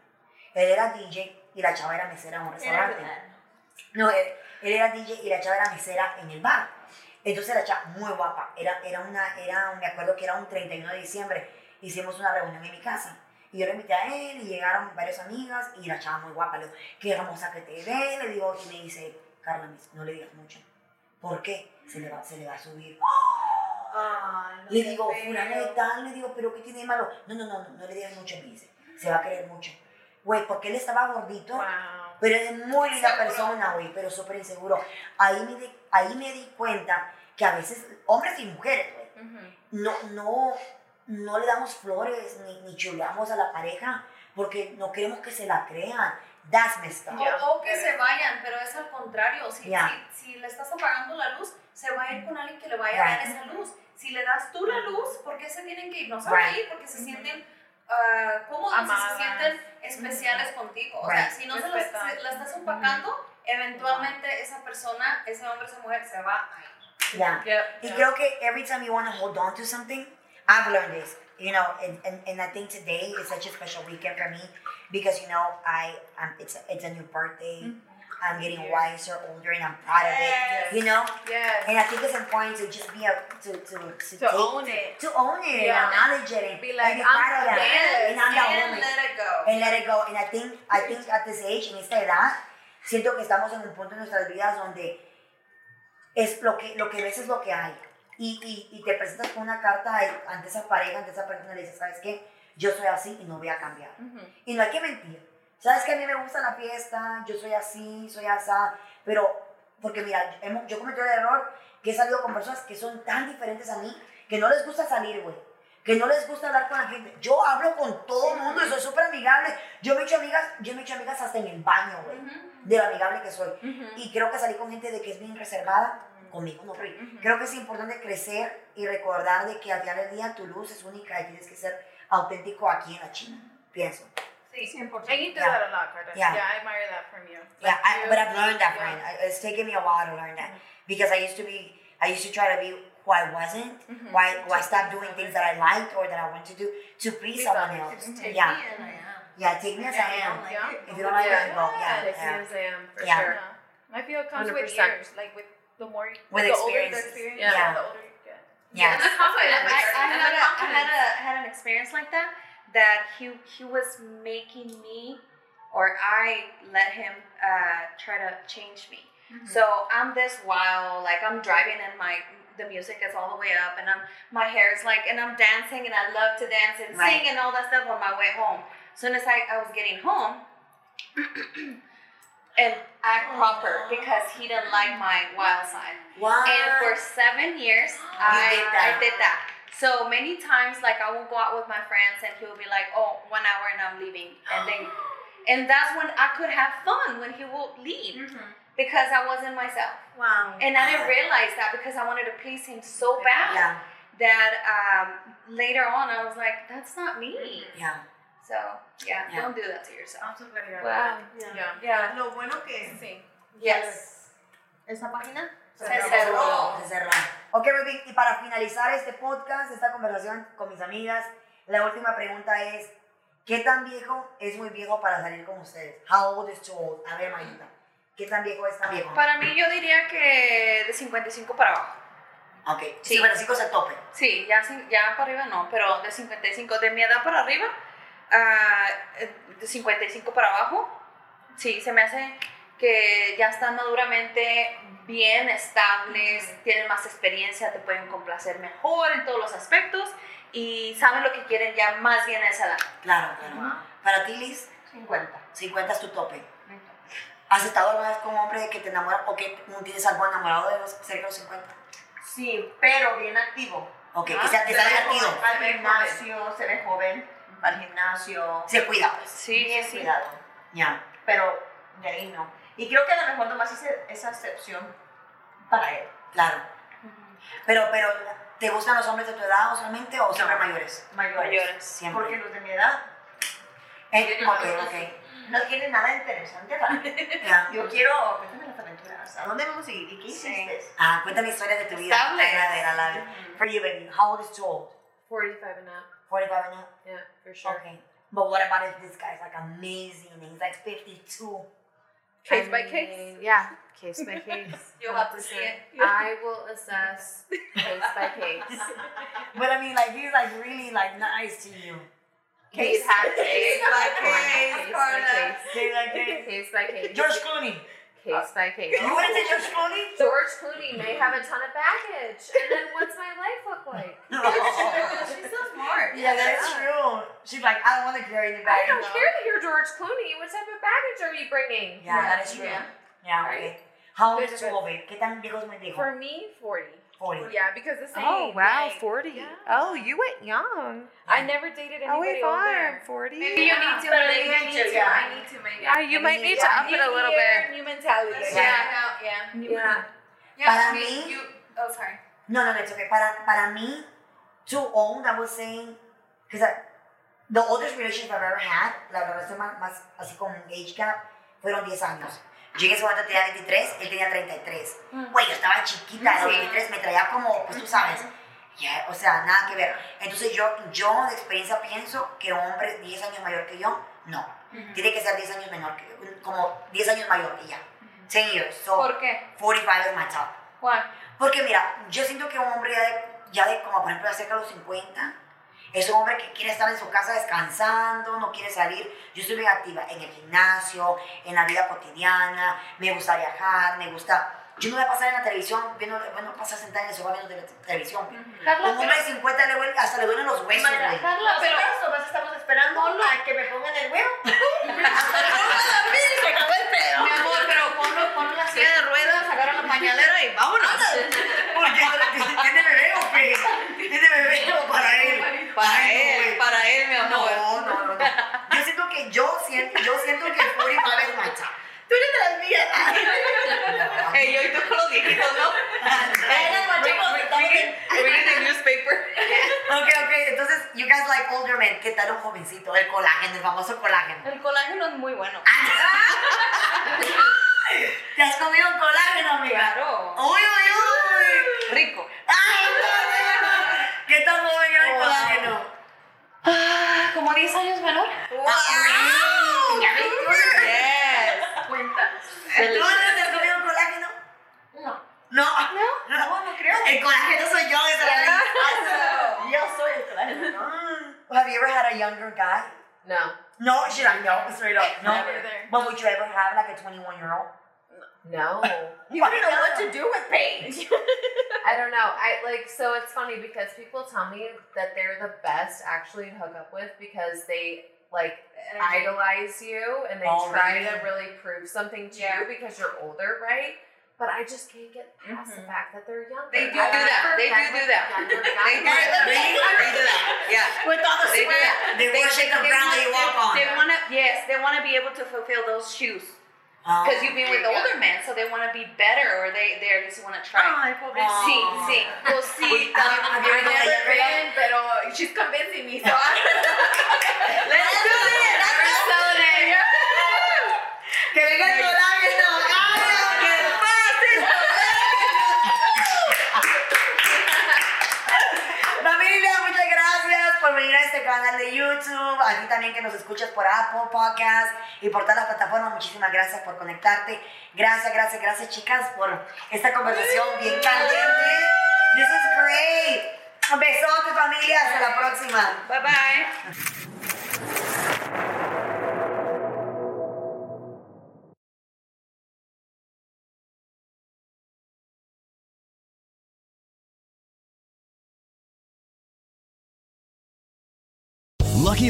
S1: Él era DJ y la chava era mesera en un restaurante. No, él, él era DJ y la chava era mesera en el bar. Entonces la chava, muy guapa, era, era una, era, me acuerdo que era un 31 de diciembre, hicimos una reunión en mi casa. Y yo lo invité a él y llegaron varias amigas y la chava muy guapa, le digo, qué hermosa que te ve, le digo, y me dice, Carla, me dice, no le digas mucho. ¿Por qué? Se le va, se le va a subir. Le digo, fulano de tal, le digo, pero ¿qué tiene de malo? No, no, no, no, no le digas mucho, me dice, se va a creer mucho. Güey, porque él estaba gordito, pero es muy linda persona, güey, pero súper inseguro. Ahí me, di, ahí me di cuenta que a veces, hombres y mujeres, güey,
S4: Mm-hmm.
S1: no, no, no le damos flores ni, ni chuleamos a la pareja porque no queremos que se la crean. That's messed up.
S4: Ya.
S3: O, o que se vayan, pero es al contrario. Si,
S1: Ya.
S3: si, si le estás apagando la luz, se va a ir con alguien que le vaya a dar
S1: Right.
S3: esa luz. Si le das tú la luz, ¿por qué se tienen que ir? No se van a ir porque se sienten ah, cómodos y
S4: Amadas.
S3: se sienten especiales contigo. O sea,
S1: Right.
S3: si no se la,
S4: Respetan.
S3: se la estás opacando, eventualmente esa persona, ese hombre, esa mujer, se va a ir.
S1: Yeah. Y creo que every time you want to hold on to something, I've learned this, you know, and, and, and I think today is such a special weekend for me because, you know, I, um, it's, a, it's a new birthday. I'm getting wiser, older, and I'm proud of it. You know,
S4: Mm-hmm. Yes.
S1: and I think it's important to just be a to to to,
S4: To
S1: take-
S4: own it.
S1: to own it
S4: Yeah.
S1: and acknowledge it and
S4: Be
S1: and be
S4: like, I'm
S1: proud of that
S4: Yes,
S1: and I'm that
S3: and
S1: woman
S3: let it go.
S1: and let it go. And I think, I think at this age, en esta edad, siento que estamos en un punto de nuestras vidas donde es lo que, lo que ves es lo que hay. Y, y, y te presentas con una carta a- ante esa pareja, ante esa persona, y le dices, ¿sabes qué? Yo soy así y no voy a cambiar.
S4: Mm-hmm.
S1: Y no hay que mentir. ¿Sabes que A mí me gusta la fiesta, yo soy así, soy asá, pero, porque mira, hemos- yo cometí el error que he salido con personas que son tan diferentes a mí que no les gusta salir, güey. Que no les gusta hablar con la gente. Yo hablo con todo el mundo y soy súper amigable. Yo me he hecho amigas, yo me he hecho amigas hasta en el baño, güey. De lo amigable que soy.
S4: Mm-hmm.
S1: Y creo que salí con gente de que es bien reservada, conmigo no. güey. Creo que es importante crecer y recordar de que al final del día tu luz es única y tienes que ser auténtico aquí en la China. Pienso.
S4: And you do
S1: Yeah.
S4: that a lot, Carla.
S1: Yeah.
S4: yeah, I admire that from you.
S1: Yeah, I,
S4: you-
S1: but I've learned that,
S4: yeah.
S1: Brian. I- It's taken me a while to learn that because I used to be, I used to try to be who I wasn't,
S4: Mm-hmm.
S1: why, why I stopped doing things that I liked or that I wanted to do to please someone else.
S3: Take
S1: Yeah,
S3: me and I am.
S1: yeah, take me as I am.
S3: like
S4: Yeah.
S3: it.
S1: If you don't like me,
S4: Yeah.
S1: go. Yeah,
S5: Take me
S1: yeah.
S5: as I am, for
S1: Yeah.
S5: sure.
S4: Yeah. I feel it comes with
S5: 100%.
S4: years, like with the more,
S1: With
S4: the older the
S1: experiences.
S4: experience,
S5: Yeah.
S1: Yeah.
S4: the older you get.
S1: yeah.
S5: That's
S3: I, I,
S5: confident. That's
S3: had a, I
S5: confident.
S3: had a had an experience like that that he he was making me or I let him uh, try to change me.
S4: Mm-hmm.
S3: So I'm this wild, like I'm driving and my the music is all the way up and I'm my hair is like and I'm dancing and I love to dance and
S1: Right.
S3: sing and all that stuff on my way home. soon as I, I was getting home <clears throat> and act proper because he didn't like my wild side.
S1: Wow.
S3: And for seven
S1: <gasps>
S3: years, I
S1: did
S3: I
S1: that.
S3: did that. So many times, like I will go out with my friends, and he'll be like, "Oh, one hour, and I'm leaving," and
S1: <gasps>
S3: then, and that's when I could have fun when he would leave
S1: Mm-hmm.
S3: because I wasn't myself,
S6: Wow.
S3: and I didn't realize that because I wanted to please him so bad.
S1: Yeah.
S3: that um, later on I was like, that's not me.
S1: Yeah.
S3: So yeah,
S1: Yeah.
S3: don't do that to yourself.
S2: I'm so glad you got
S4: Wow.
S5: Yeah.
S2: that. Lo bueno que es.
S5: Sí.
S3: Yes.
S6: ¿Esa página?
S2: Se
S3: Se
S2: acabó.
S3: cerró.
S1: Se cerró. Ok, Ruby, y para finalizar este podcast, esta conversación con mis amigas, la última pregunta es, ¿qué tan viejo es muy viejo para salir con ustedes? How old is too old? A ver, Mayita, ¿qué tan viejo es tan viejo?
S3: Para mí yo diría que de 55 para abajo.
S1: Ok,
S3: Sí.
S1: 55 es el tope.
S3: Sí, ya, cin- ya para arriba no, pero de 55, de mi edad para arriba, ah, eh, de 55 para abajo, sí, se me hace que ya están maduramente bien estables, tienen más experiencia, te pueden complacer mejor en todos los aspectos y saben lo que quieren ya más bien a
S1: <laughs>
S3: esa edad.
S1: Claro, claro. Para ti, Liz,
S6: 50.
S1: 50 es tu tope. ¿Has estado alguna vez con un hombre que te enamora o que tienes algo enamorado de los cerca de los 50?
S6: Sí, pero bien activo.
S1: Ok,
S2: Ah,
S1: que sea, que
S2: se
S1: sea
S2: ve
S1: divertido.
S2: joven.
S6: Al gimnasio, se ve joven. Al gimnasio.
S1: Se cuida, pues.
S3: Sí,
S6: bien
S3: sí, sí.
S6: cuidado.
S1: Ya.
S6: Pero de ahí no. Y creo que a lo mejor nomás hice esa excepción para él.
S1: Claro.
S3: Ujú.
S1: Pero, pero, ¿te gustan los hombres de tu edad usualmente o siempre mayores?
S6: Mayores.
S3: Mayores.
S1: Siempre.
S6: Porque los de mi edad
S1: Eh,
S6: Yo
S1: ok,
S6: creo que
S1: ok.
S6: no tienen nada interesante para mí.
S1: Ya.
S6: Yo quiero, cuéntame las aventuras. ¿A dónde vamos a ir? ¿Y qué
S3: Sí.
S6: hiciste?
S1: Ah, cuéntame historias de tu vida.
S3: Estable.
S1: A ver, a ver, a ver. For you, baby, how old is too old?
S5: 45 and up.
S1: 45 and up?
S5: Yeah, for sure.
S1: Okay. But what about if this guy's like amazing and he's like 52? Oh,
S4: Case by
S5: mean,
S4: case.
S5: Yeah, case
S1: <laughs>
S5: by case.
S3: You'll have to see it.
S5: I will assess case by case.
S1: <laughs> But I mean, like, he's like really like nice to you.
S5: Case by case. Oh
S3: by case,
S5: Case by
S3: Carla.
S1: He's like,
S5: case.
S1: hey,
S5: Case by case.
S1: George Clooney.
S5: Case by case.
S1: You wouldn't say George Clooney?
S5: George Clooney may have a ton of baggage, and then what's my life look like?
S3: <laughs>
S6: She's so smart.
S1: Yeah, that's true. She's like, I don't want to carry the
S5: <laughs> I
S1: bag.
S5: don't care that you're George Clooney. What type of baggage are you bringing?
S1: Yeah, that is true.
S5: Yeah.
S1: Yeah,
S5: Right.
S1: okay. How old is
S5: There's
S1: too
S5: a-
S1: old, babe? ¿Qué tan viejo es muy viejo?
S5: For me, 40.
S1: 40.
S4: Yeah, because the same. like,
S5: 40.
S4: Oh, yeah.
S5: Oh, you went young. I never dated
S4: Oh, wait,
S5: anybody
S4: fine.
S5: older.
S4: 40.
S3: Maybe you need to, maybe you need to.
S1: yeah.
S3: I need to, maybe.
S4: Yeah, you might need to up it a little bit.
S5: New mentality.
S3: Yeah, no, yeah.
S5: Yeah.
S1: Para
S3: Yeah,
S1: mí-
S3: me, you, oh, sorry.
S1: No, no, no, it's okay. Para, para mí, too old, I was saying, because the oldest relationship I've ever had, la relación más, más así con age gap, fueron 10 años. Llegué a su vato tenía 23, él tenía 33. Güey, yo estaba chiquita, a los
S3: Mm. Sí.
S1: 23 me traía como, pues tú sabes, ya, o sea, nada que ver. Entonces yo, yo de experiencia pienso que hombre 10 años mayor que yo, no. Tiene que ser 10 años menor que yo, como 10 años mayor y ya. 10 years, so
S3: ¿Por qué?
S1: 45 is my top.
S3: Why?
S1: Porque mira, yo siento que un hombre ya de, ya de como por ejemplo ya cerca de los 50, es un hombre que quiere estar en su casa descansando, no quiere salir. Yo soy bien activa en el gimnasio, en la vida cotidiana, me gusta viajar, me gusta... Yo no voy a pasar en la televisión, viendo, bueno, voy a pasar sentada en el sofá viendo tele- televisión.
S3: Carla,
S1: Un hombre de
S3: pero,
S1: 50 le duele- hasta le duelen los huesos, güey.
S3: Carla, pero,
S6: nomás estamos esperando a que me pongan el huevo.
S3: mi amor, pero ponlo, ponlo en la silla de ruedas, agarra la pañalera y vámonos.
S1: ¿Por qué? ¿Tiene bebé o qué? ¿Tiene bebé o para él?
S3: Para
S1: Ay, no,
S3: él,
S1: güey.
S3: para él, mi
S1: No,
S3: amor.
S1: no, no, no. Yo siento que yo siento, yo siento que 45 es my top.
S3: Tú eres de las mías. Hey, yo y tú con los viejitos, ¿no? Reading reading the newspaper.
S1: Ok, ok, entonces, you guys like older men. ¿Qué tal un jovencito? El colágeno, el famoso colágeno.
S3: El colágeno es muy bueno.
S1: ¿Te has comido un colágeno, amiga?
S3: Claro.
S1: Uy, uy, uy.
S3: Rico.
S1: Ay, no, no, no. ¿Qué tan joven era el
S3: Wow.
S1: colágeno?
S3: Ah, Como 10 años menor.
S1: Ah, ya ves, tú eres-
S3: Yes.
S1: ¿Tú no te has comido un colágeno? No. No.
S6: No, no creo.
S1: El colágeno soy yo, esa es la
S6: Yo soy el colágeno.
S1: Mm. Have you ever had a younger guy?
S5: No.
S1: No, should I know straight up? No.
S5: Never there.
S1: But would you ever have like a 21 year old?
S5: No.
S1: You wouldn't know what
S6: do with paint.
S5: I don't know. I like so it's funny because people tell me that they're the best actually to hook up with because they like idolize you and they
S1: Oh,
S5: try
S1: really?
S5: to really prove something to
S3: Yeah.
S5: you because you're older, right? But I just can't get past the fact that they're younger.
S3: Mm-hmm. They do
S5: I've
S3: do that.
S5: never
S3: They do
S5: been
S3: do
S5: with
S3: that.
S5: younger
S3: They do
S5: guys.
S3: that. They do that. Yeah.
S1: With all the
S3: They do
S1: sweat,
S3: that.
S1: they worship the ground they walk on.
S3: They wanna yes, they wanna be able to fulfill those shoes.
S1: Ah.
S3: Because you've been with older men, so they want to be better, or they they just want to try.
S9: Ay, pobre.
S1: Ah.
S3: Sí, sí. Well, sí.
S1: Ah,
S3: um,
S1: había una
S3: never
S1: allá, ¿verdad?
S3: been,
S5: Pero she's convincing me,
S3: <laughs>
S5: so <laughs> I-
S1: Let's do it.
S3: We're selling it.
S1: Que venga el coraje, no. ¡Ay, que pase! Familia, muchas gracias por venir a este canal de YouTube, a ti también que nos escuchas por Apple Podcast y por todas las plataformas. Muchísimas gracias por conectarte. Gracias, gracias, gracias, chicas, por esta conversación bien caliente. This is great. Un besote, familia. Hasta la próxima.
S3: Bye bye.
S2: Lucky